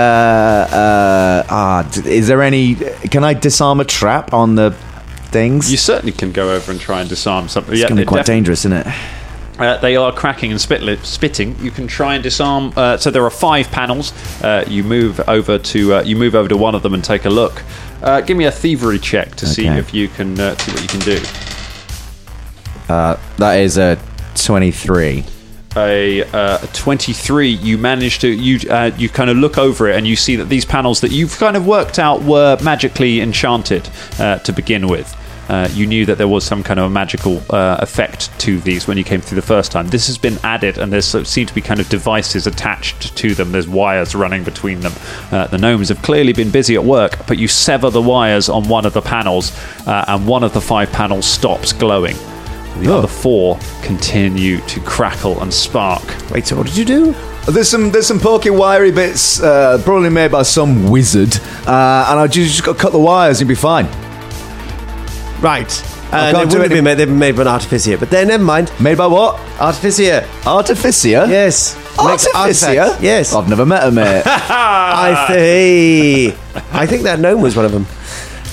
S7: uh, ah, d- is there any? Can I disarm a trap on the things?
S4: You certainly can go over and try and disarm something.
S7: it's
S4: yeah,
S7: gonna be
S4: it
S7: quite
S4: defi-
S7: dangerous, isn't it?
S4: Uh, they are cracking and spit- spitting. You can try and disarm. Uh, so there are five panels. Uh, you move over to uh, you move over to one of them and take a look. Uh, give me a thievery check to see
S7: Okay.
S4: if you can uh, see what you can do.
S7: That is a twenty-three.
S4: a, uh, a 23 you manage to you uh, you kind of look over it and you see that these panels that you've kind of worked out were magically enchanted uh, to begin with uh, you knew that there was some kind of a magical uh, effect to these when you came through the first time. This has been added, and there seem to be kind of devices attached to them. There's wires running between them. Uh, the gnomes have clearly been busy at work, but you sever the wires on one of the panels, uh, and one of the five panels stops glowing. The other four continue to crackle and spark.
S8: Wait, so what did you do?
S7: There's some there's some porky wiry bits, uh, probably made by some wizard, uh, and I just, just got to cut the wires and you'll be fine.
S8: Right.
S7: I can't do
S8: Uh, they wouldn't have
S7: any-
S8: been made, they've been made by an artificer, but then never mind.
S7: Made by what?
S8: Artificer.
S7: Artificer.
S8: Yes. Makes
S7: Artificer.
S8: artifacts. Yes.
S7: I've never met a mate. Ah.
S8: I see. I think that gnome was one of them.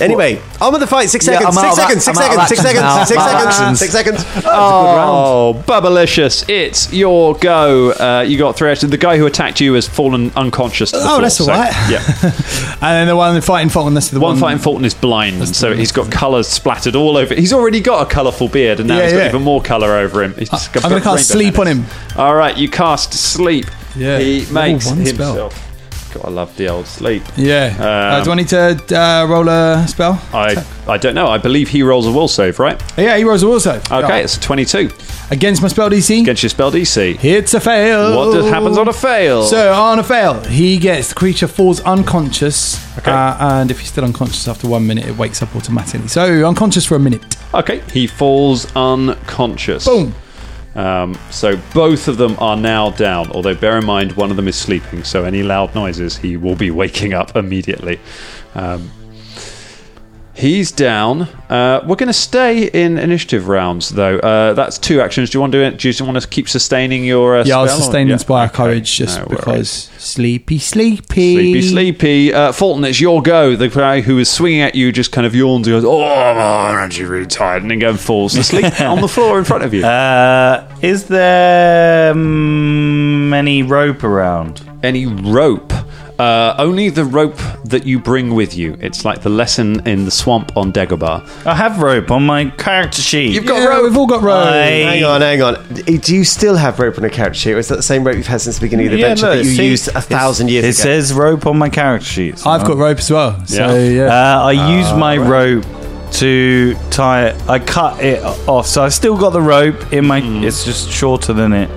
S8: Anyway, on with the fight. Six
S7: Yeah,
S8: seconds.
S7: I'm out
S8: Six
S7: of
S8: seconds.
S7: ac-
S8: Six
S7: I'm out of
S8: seconds. Six
S7: actions now.
S8: seconds. Six
S7: I'm out of actions.
S8: seconds. Six seconds.
S4: Oh, Bubblicious, it's your go. Uh, you got three actions. The guy who attacked you has fallen unconscious. To the
S6: Oh,
S4: floor,
S6: that's all
S4: so-
S6: right.
S4: Yeah.
S6: And then the one fighting Fulton, that's the
S4: One
S6: one.
S4: fighting Fulton is blind, so he's got colours splattered all over. He's already got a colourful beard, and now
S6: Yeah,
S4: he's got
S6: yeah.
S4: even more colour over him. He's just
S6: I'm
S4: got
S6: gonna cast
S4: rainbow
S6: sleep on
S4: menace. All right, you cast sleep.
S6: Yeah.
S4: He
S6: Level
S4: makes
S6: one spell.
S4: himself God, I love the old sleep.
S6: Yeah. uh, do I
S4: Um,
S6: need to uh, roll a spell?
S4: I, I don't know. I believe he rolls a will save, right?
S6: Uh, Yeah, he rolls a will save.
S4: Okay,
S6: Right.
S4: it's a 22.
S6: Against my spell DC?
S4: Against your spell DC.
S6: It's a fail.
S4: What does- happens on a fail?
S6: Oh. So on a fail, he gets the creature falls unconscious, uh, and if he's still unconscious after one minute, it wakes up automatically. So unconscious for a minute.
S4: Okay, he falls unconscious.
S6: Boom.
S4: Um, so both of them are now down, although bear in mind one of them is sleeping, so any loud noises he will be waking up immediately. Um, he's down. Uh, we're going to stay in initiative rounds, though. Uh, that's two actions. Do you want to do it? Do you just want to keep sustaining your? Uh,
S6: yeah, I'll
S4: spell or-
S6: sustain
S4: yeah.
S6: inspire courage just
S4: No
S6: because
S4: worries.
S6: sleepy, sleepy,
S4: Sleepy, sleepy. Uh, Fulton, it's your go. The guy who is swinging at you just kind of yawns and goes, "Oh, I'm actually really tired," and again falls asleep on the floor in front of you.
S5: Uh, is there um, any rope around?
S4: any rope. Uh, only the rope that you bring with you. It's like the lesson in the swamp on Dagobah.
S5: I have rope on my character sheet.
S4: You've got
S6: Yeah,
S4: rope.
S6: we've all got rope.
S5: I-
S8: Hang on, hang on. D- Do you still have rope on a character sheet, or is that the same rope you've had since the beginning of the
S5: Yeah,
S8: adventure
S5: look,
S8: that you
S5: see,
S8: used a thousand years
S5: It
S8: ago?
S5: says rope on my character sheet. so-
S6: I've got rope as well. So
S4: Yeah.
S6: yeah.
S5: Uh, I use my rope to tie it. I cut it off, so I've still got the rope in my. It's just shorter than it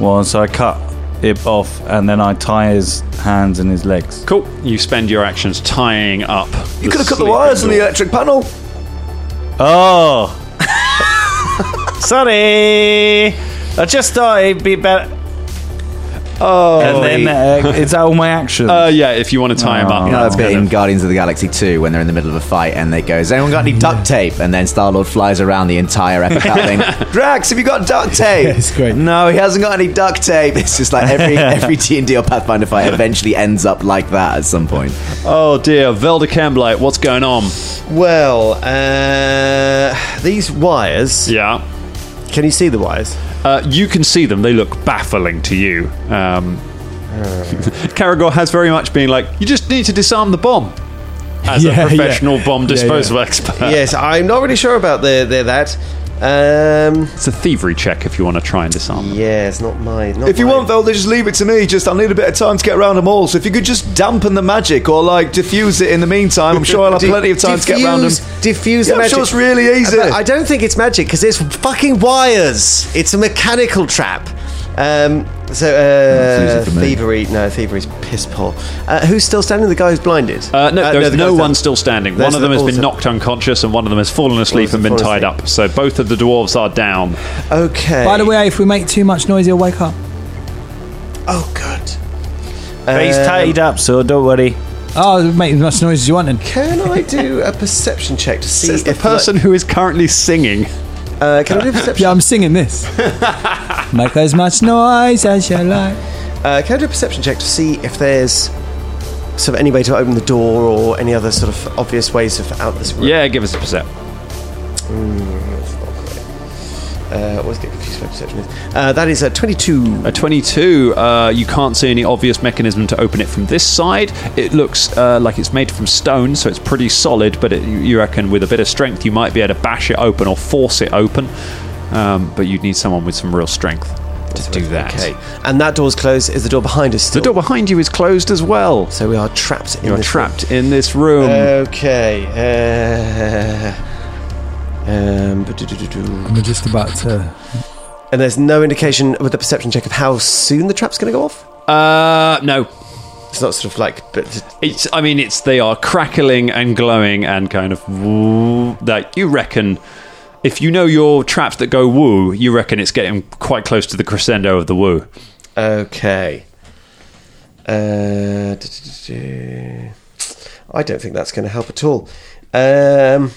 S5: was, so I cut it off, and then I tie his hands and his legs.
S4: Cool. You spend your actions tying up. You
S1: Could have cut the wires on the electric panel.
S5: Oh, sorry. I just thought it'd be better. Oh, and then uh, is that all my actions?
S4: Uh, yeah, if you want to tie him up.
S7: You know that bit in Guardians of the Galaxy 2 when they're in the middle of a fight and they go, Has anyone got any duct tape? And then Star Lord flies around the entire epic thing. Drax, have you got duct tape?
S6: it's great.
S7: No, he hasn't got any duct tape. It's just like every every D and D or Pathfinder fight eventually ends up like that at some point.
S4: Oh dear, Velda Camblight, what's going on?
S8: Well, uh, these wires.
S4: Yeah.
S8: Can you see the wires?
S4: Uh, you can see them. They look baffling to you. Um, Caragor has very much been like, you just need to disarm the bomb. As
S6: Yeah, yeah.
S4: a professional bomb
S6: Yeah, yeah.
S4: disposal expert.
S7: Uh.
S8: yes, I'm not really sure about the, the that. Um,
S4: It's a thievery check if you want to try and disarm them.
S8: yeah, it's not mine.
S1: If you want, Velda, just leave it to me. Just I need a bit of time to get around them all. So if you could just dampen the magic or like diffuse it in the meantime, I'm sure I'll have plenty of time to get around them.
S8: Diffuse
S1: Yeah,
S8: the
S1: I'm
S8: magic.
S1: sure it's really easy.
S8: But I don't think it's magic because it's fucking wires. It's a mechanical trap. Um, so uh,
S7: easy for me.
S8: thievery. No, thievery's piss poor. Uh, who's still standing? The guy who's blinded.
S4: Uh, no, there's
S8: the
S4: no
S8: guy's
S4: one
S8: down.
S4: still standing. one
S8: There's
S4: of them
S8: the-
S4: has been
S8: also-
S4: knocked unconscious, and one of them has fallen asleep
S8: Also
S4: and been
S8: fallen
S4: tied
S8: asleep.
S4: up. So both of the dwarves are down.
S8: Okay.
S6: By the way, if we make too much noise, he'll wake up.
S8: oh god.
S4: Uh,
S5: But he's
S8: Um,
S5: tied up, so don't worry.
S6: Oh, make as much noise as you want. Then.
S8: Can I do a perception check to see
S4: It's
S8: if
S4: the person who is currently singing.
S8: Uh, can I do a perception?
S6: Yeah, I'm singing this. make as much noise as you like.
S8: Uh, can I do a perception check to see if there's sort of any way to open the door or any other sort of obvious ways of out this room?
S4: Yeah, give us a percent.
S8: Uh, I always get confused what perception is. Uh, that is a 22.
S4: A 22. Uh, you can't see any obvious mechanism to open it from this side. It looks uh, like it's made from stone, so it's pretty solid. But it, you- you reckon with a bit of strength, you might be able to bash it open or force it open. Um, but you'd need someone with some real strength to do that.
S8: Okay. And that door's closed. Is the door behind us
S4: The
S8: still?
S4: door behind you is closed as well.
S8: So we are trapped in
S4: You are
S8: this
S4: trapped in this room.
S8: room. Okay. Uh, um, ba-do-do-do-do.
S6: We're just about to.
S8: and there's no indication with the perception check of how soon the trap's going to go off?
S4: Uh, no.
S8: It's not sort of like. But,
S4: It's. I mean, it's. They are crackling and glowing and kind of woo. Like you reckon, if you know your traps that go woo, you reckon it's getting quite close to the crescendo of the woo.
S8: Okay. Uh, du-du-du-du. I don't think that's going to help at all. Um,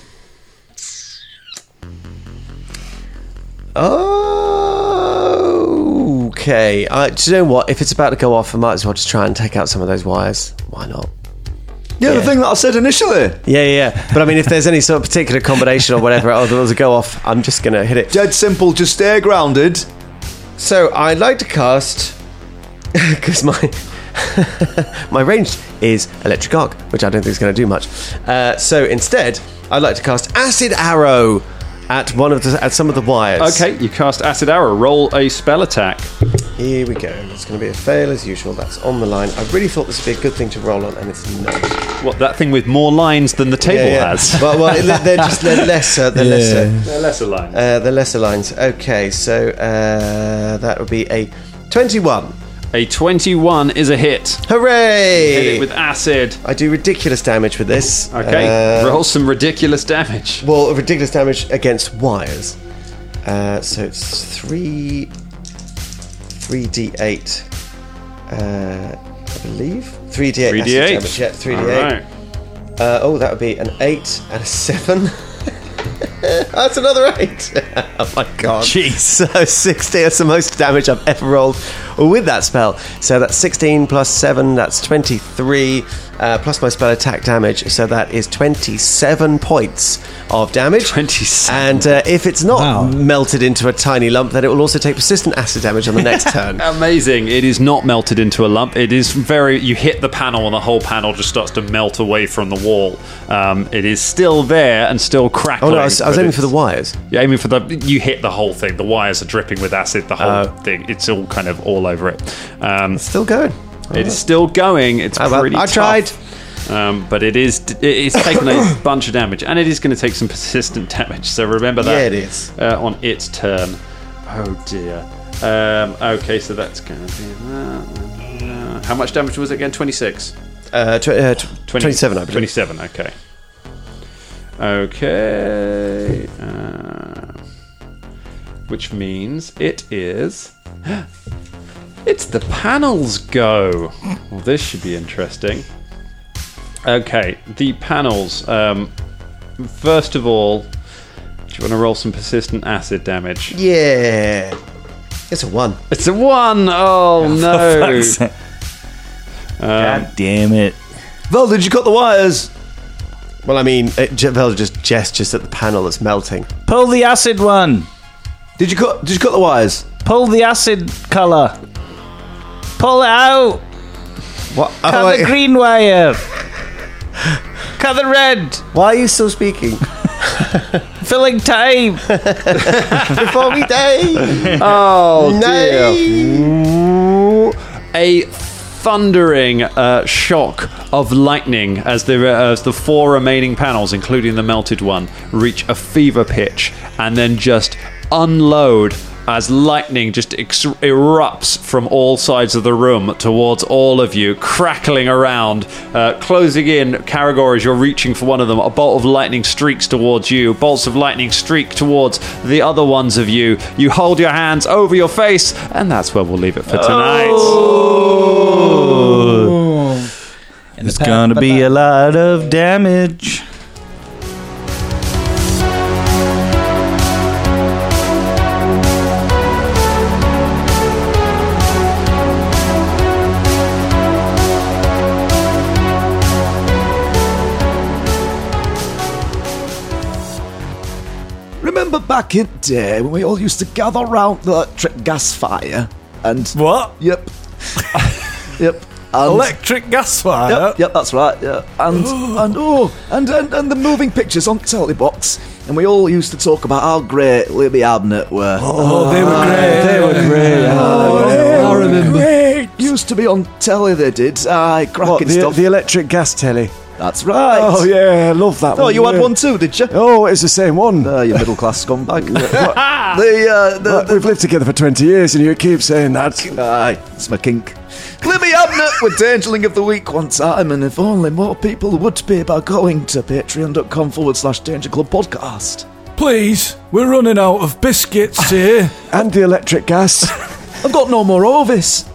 S8: okay. I, do you know what? If it's about to go off, I might as well just try and take out some of those wires. Why not?
S1: yeah, the
S8: yeah.
S1: thing that I said initially.
S8: Yeah, yeah. yeah. But I mean, if there's any sort of particular combination or whatever, oh, there was a go off. I'm just going to hit it.
S1: Dead simple. Just stay grounded.
S8: So I'd like to cast because my my range is electric arc, which I don't think is going to do much. Uh, so instead, I'd like to cast acid arrow at one of the at some of the wires.
S4: Okay, you cast acid arrow. Roll a spell attack.
S8: Here we go. It's going to be a fail as usual. That's on the line. I really thought this would be a good thing to roll on, and it's not.
S4: What that thing with more lines than the table
S8: Yeah, yeah.
S4: has?
S8: well, well, they're- they're just they're lesser. They're
S4: Yeah.
S8: lesser.
S4: They're lesser lines.
S8: Uh, they're lesser lines. Okay, so uh, that would be a twenty-one.
S4: A twenty-one is a hit.
S8: Hooray!
S4: Hit it with acid.
S8: I do ridiculous damage with this.
S4: Okay,
S8: Uh,
S4: roll some ridiculous damage.
S8: Well, ridiculous damage against wires. Uh, so it's three, three d eight. Uh, I believe three d eight.
S4: 3d8.
S8: Damage. Yeah, three d
S4: Alright.
S8: eight. Uh, oh, that would be an eight and a seven. That's another eight. oh my god. Jeez. So 16, that's the most damage I've ever rolled with that spell. So that's 16 plus 7, that's 23, uh, plus my spell attack damage. So that is 27 points of damage.
S4: 27.
S8: And uh, if it's not melted into a tiny lump, then it will also take persistent acid damage on the next turn.
S4: Oh, Amazing. It is not melted into a lump. It is very. You hit the panel, and the whole panel just starts to melt away from the wall. Um, it is still there and still
S8: Oh
S4: crackling.
S8: no, I was, I was
S4: but
S8: aiming
S4: it's-
S8: for the wires.
S4: You're aiming for the. You hit the whole thing. The wires are dripping with acid. The whole
S8: Oh.
S4: thing. It's all kind of all over it. Um, it's
S8: still going.
S4: It is still going. It's
S8: Oh, well,
S4: pretty.
S8: I
S4: tough.
S8: tried.
S4: Um, but it is it is taking a bunch of damage, and it is going to take some persistent damage. So remember that.
S8: Yeah, it is.
S4: uh, on its turn. Oh dear. Um, okay, so that's going to be that. Uh, How much damage was it again? Twenty six.
S8: Uh, tw- uh, tw- 27, I believe.
S4: Twenty seven. Okay. Okay. Uh, which means it is. It's the panels go. Well, this should be interesting. Okay, the panels. Um, first of all, do you want to roll some persistent acid damage?
S8: Yeah. It's a 1.
S4: It's a one. Oh no!
S7: God damn it.
S8: Vel, did you cut the wires? Well, I mean, it, J- Vel just gestures at the panel that's melting.
S7: Pull the acid one.
S8: Did you cut? Did you cut the wires?
S7: Pull the acid color. Pull it out.
S8: What?
S7: Cut
S8: Oh,
S7: the
S8: wait.
S7: green wire. Cut the red.
S8: Why are you still speaking?
S7: Filling time.
S8: Before we die.
S4: Oh
S8: No.
S4: dear! A thundering uh, shock of lightning as the uh, as the four remaining panels, including the melted one, reach a fever pitch and then just unload as lightning just ex- erupts from all sides of the room towards all of you, crackling around, uh, closing in. Caragor, as you're reaching for one of them, a bolt of lightning streaks towards you. Bolts of lightning streak towards the other ones of you. You hold your hands over your face, and that's where we'll leave it for tonight.
S7: It's gonna be a lot of damage.
S1: Remember back in the day when we all used to gather round the electric gas fire and
S7: what?
S1: Yep. yep. And
S7: Electric gas fire.
S1: Yep, yep, that's right. Yeah, and and oh, and, and and the moving pictures on telly box, and we all used to talk about how great Libby Abnett were. Ah,
S7: Oh, they were great. They were great.
S1: I remember. Used to be on telly. They did. Aye, cracking
S6: What, the,
S1: stuff.
S6: the electric gas telly?
S1: that's right.
S6: Oh, yeah, I love that one.
S1: Oh, you had
S6: yeah.
S1: one too, did you?
S6: Oh, it's the same one.
S1: Uh, you middle class scumbag. the, uh, the,
S6: Look, We've lived together for 20 years and you keep saying that.
S1: Aye, it's my kink. Libby Abnett were Dangerling of the Week one time, and if only more people would be by going to patreon.com forward slash danger club podcast.
S16: Please, we're running out of biscuits here.
S6: And the electric gas.
S1: I've got no more Ovis.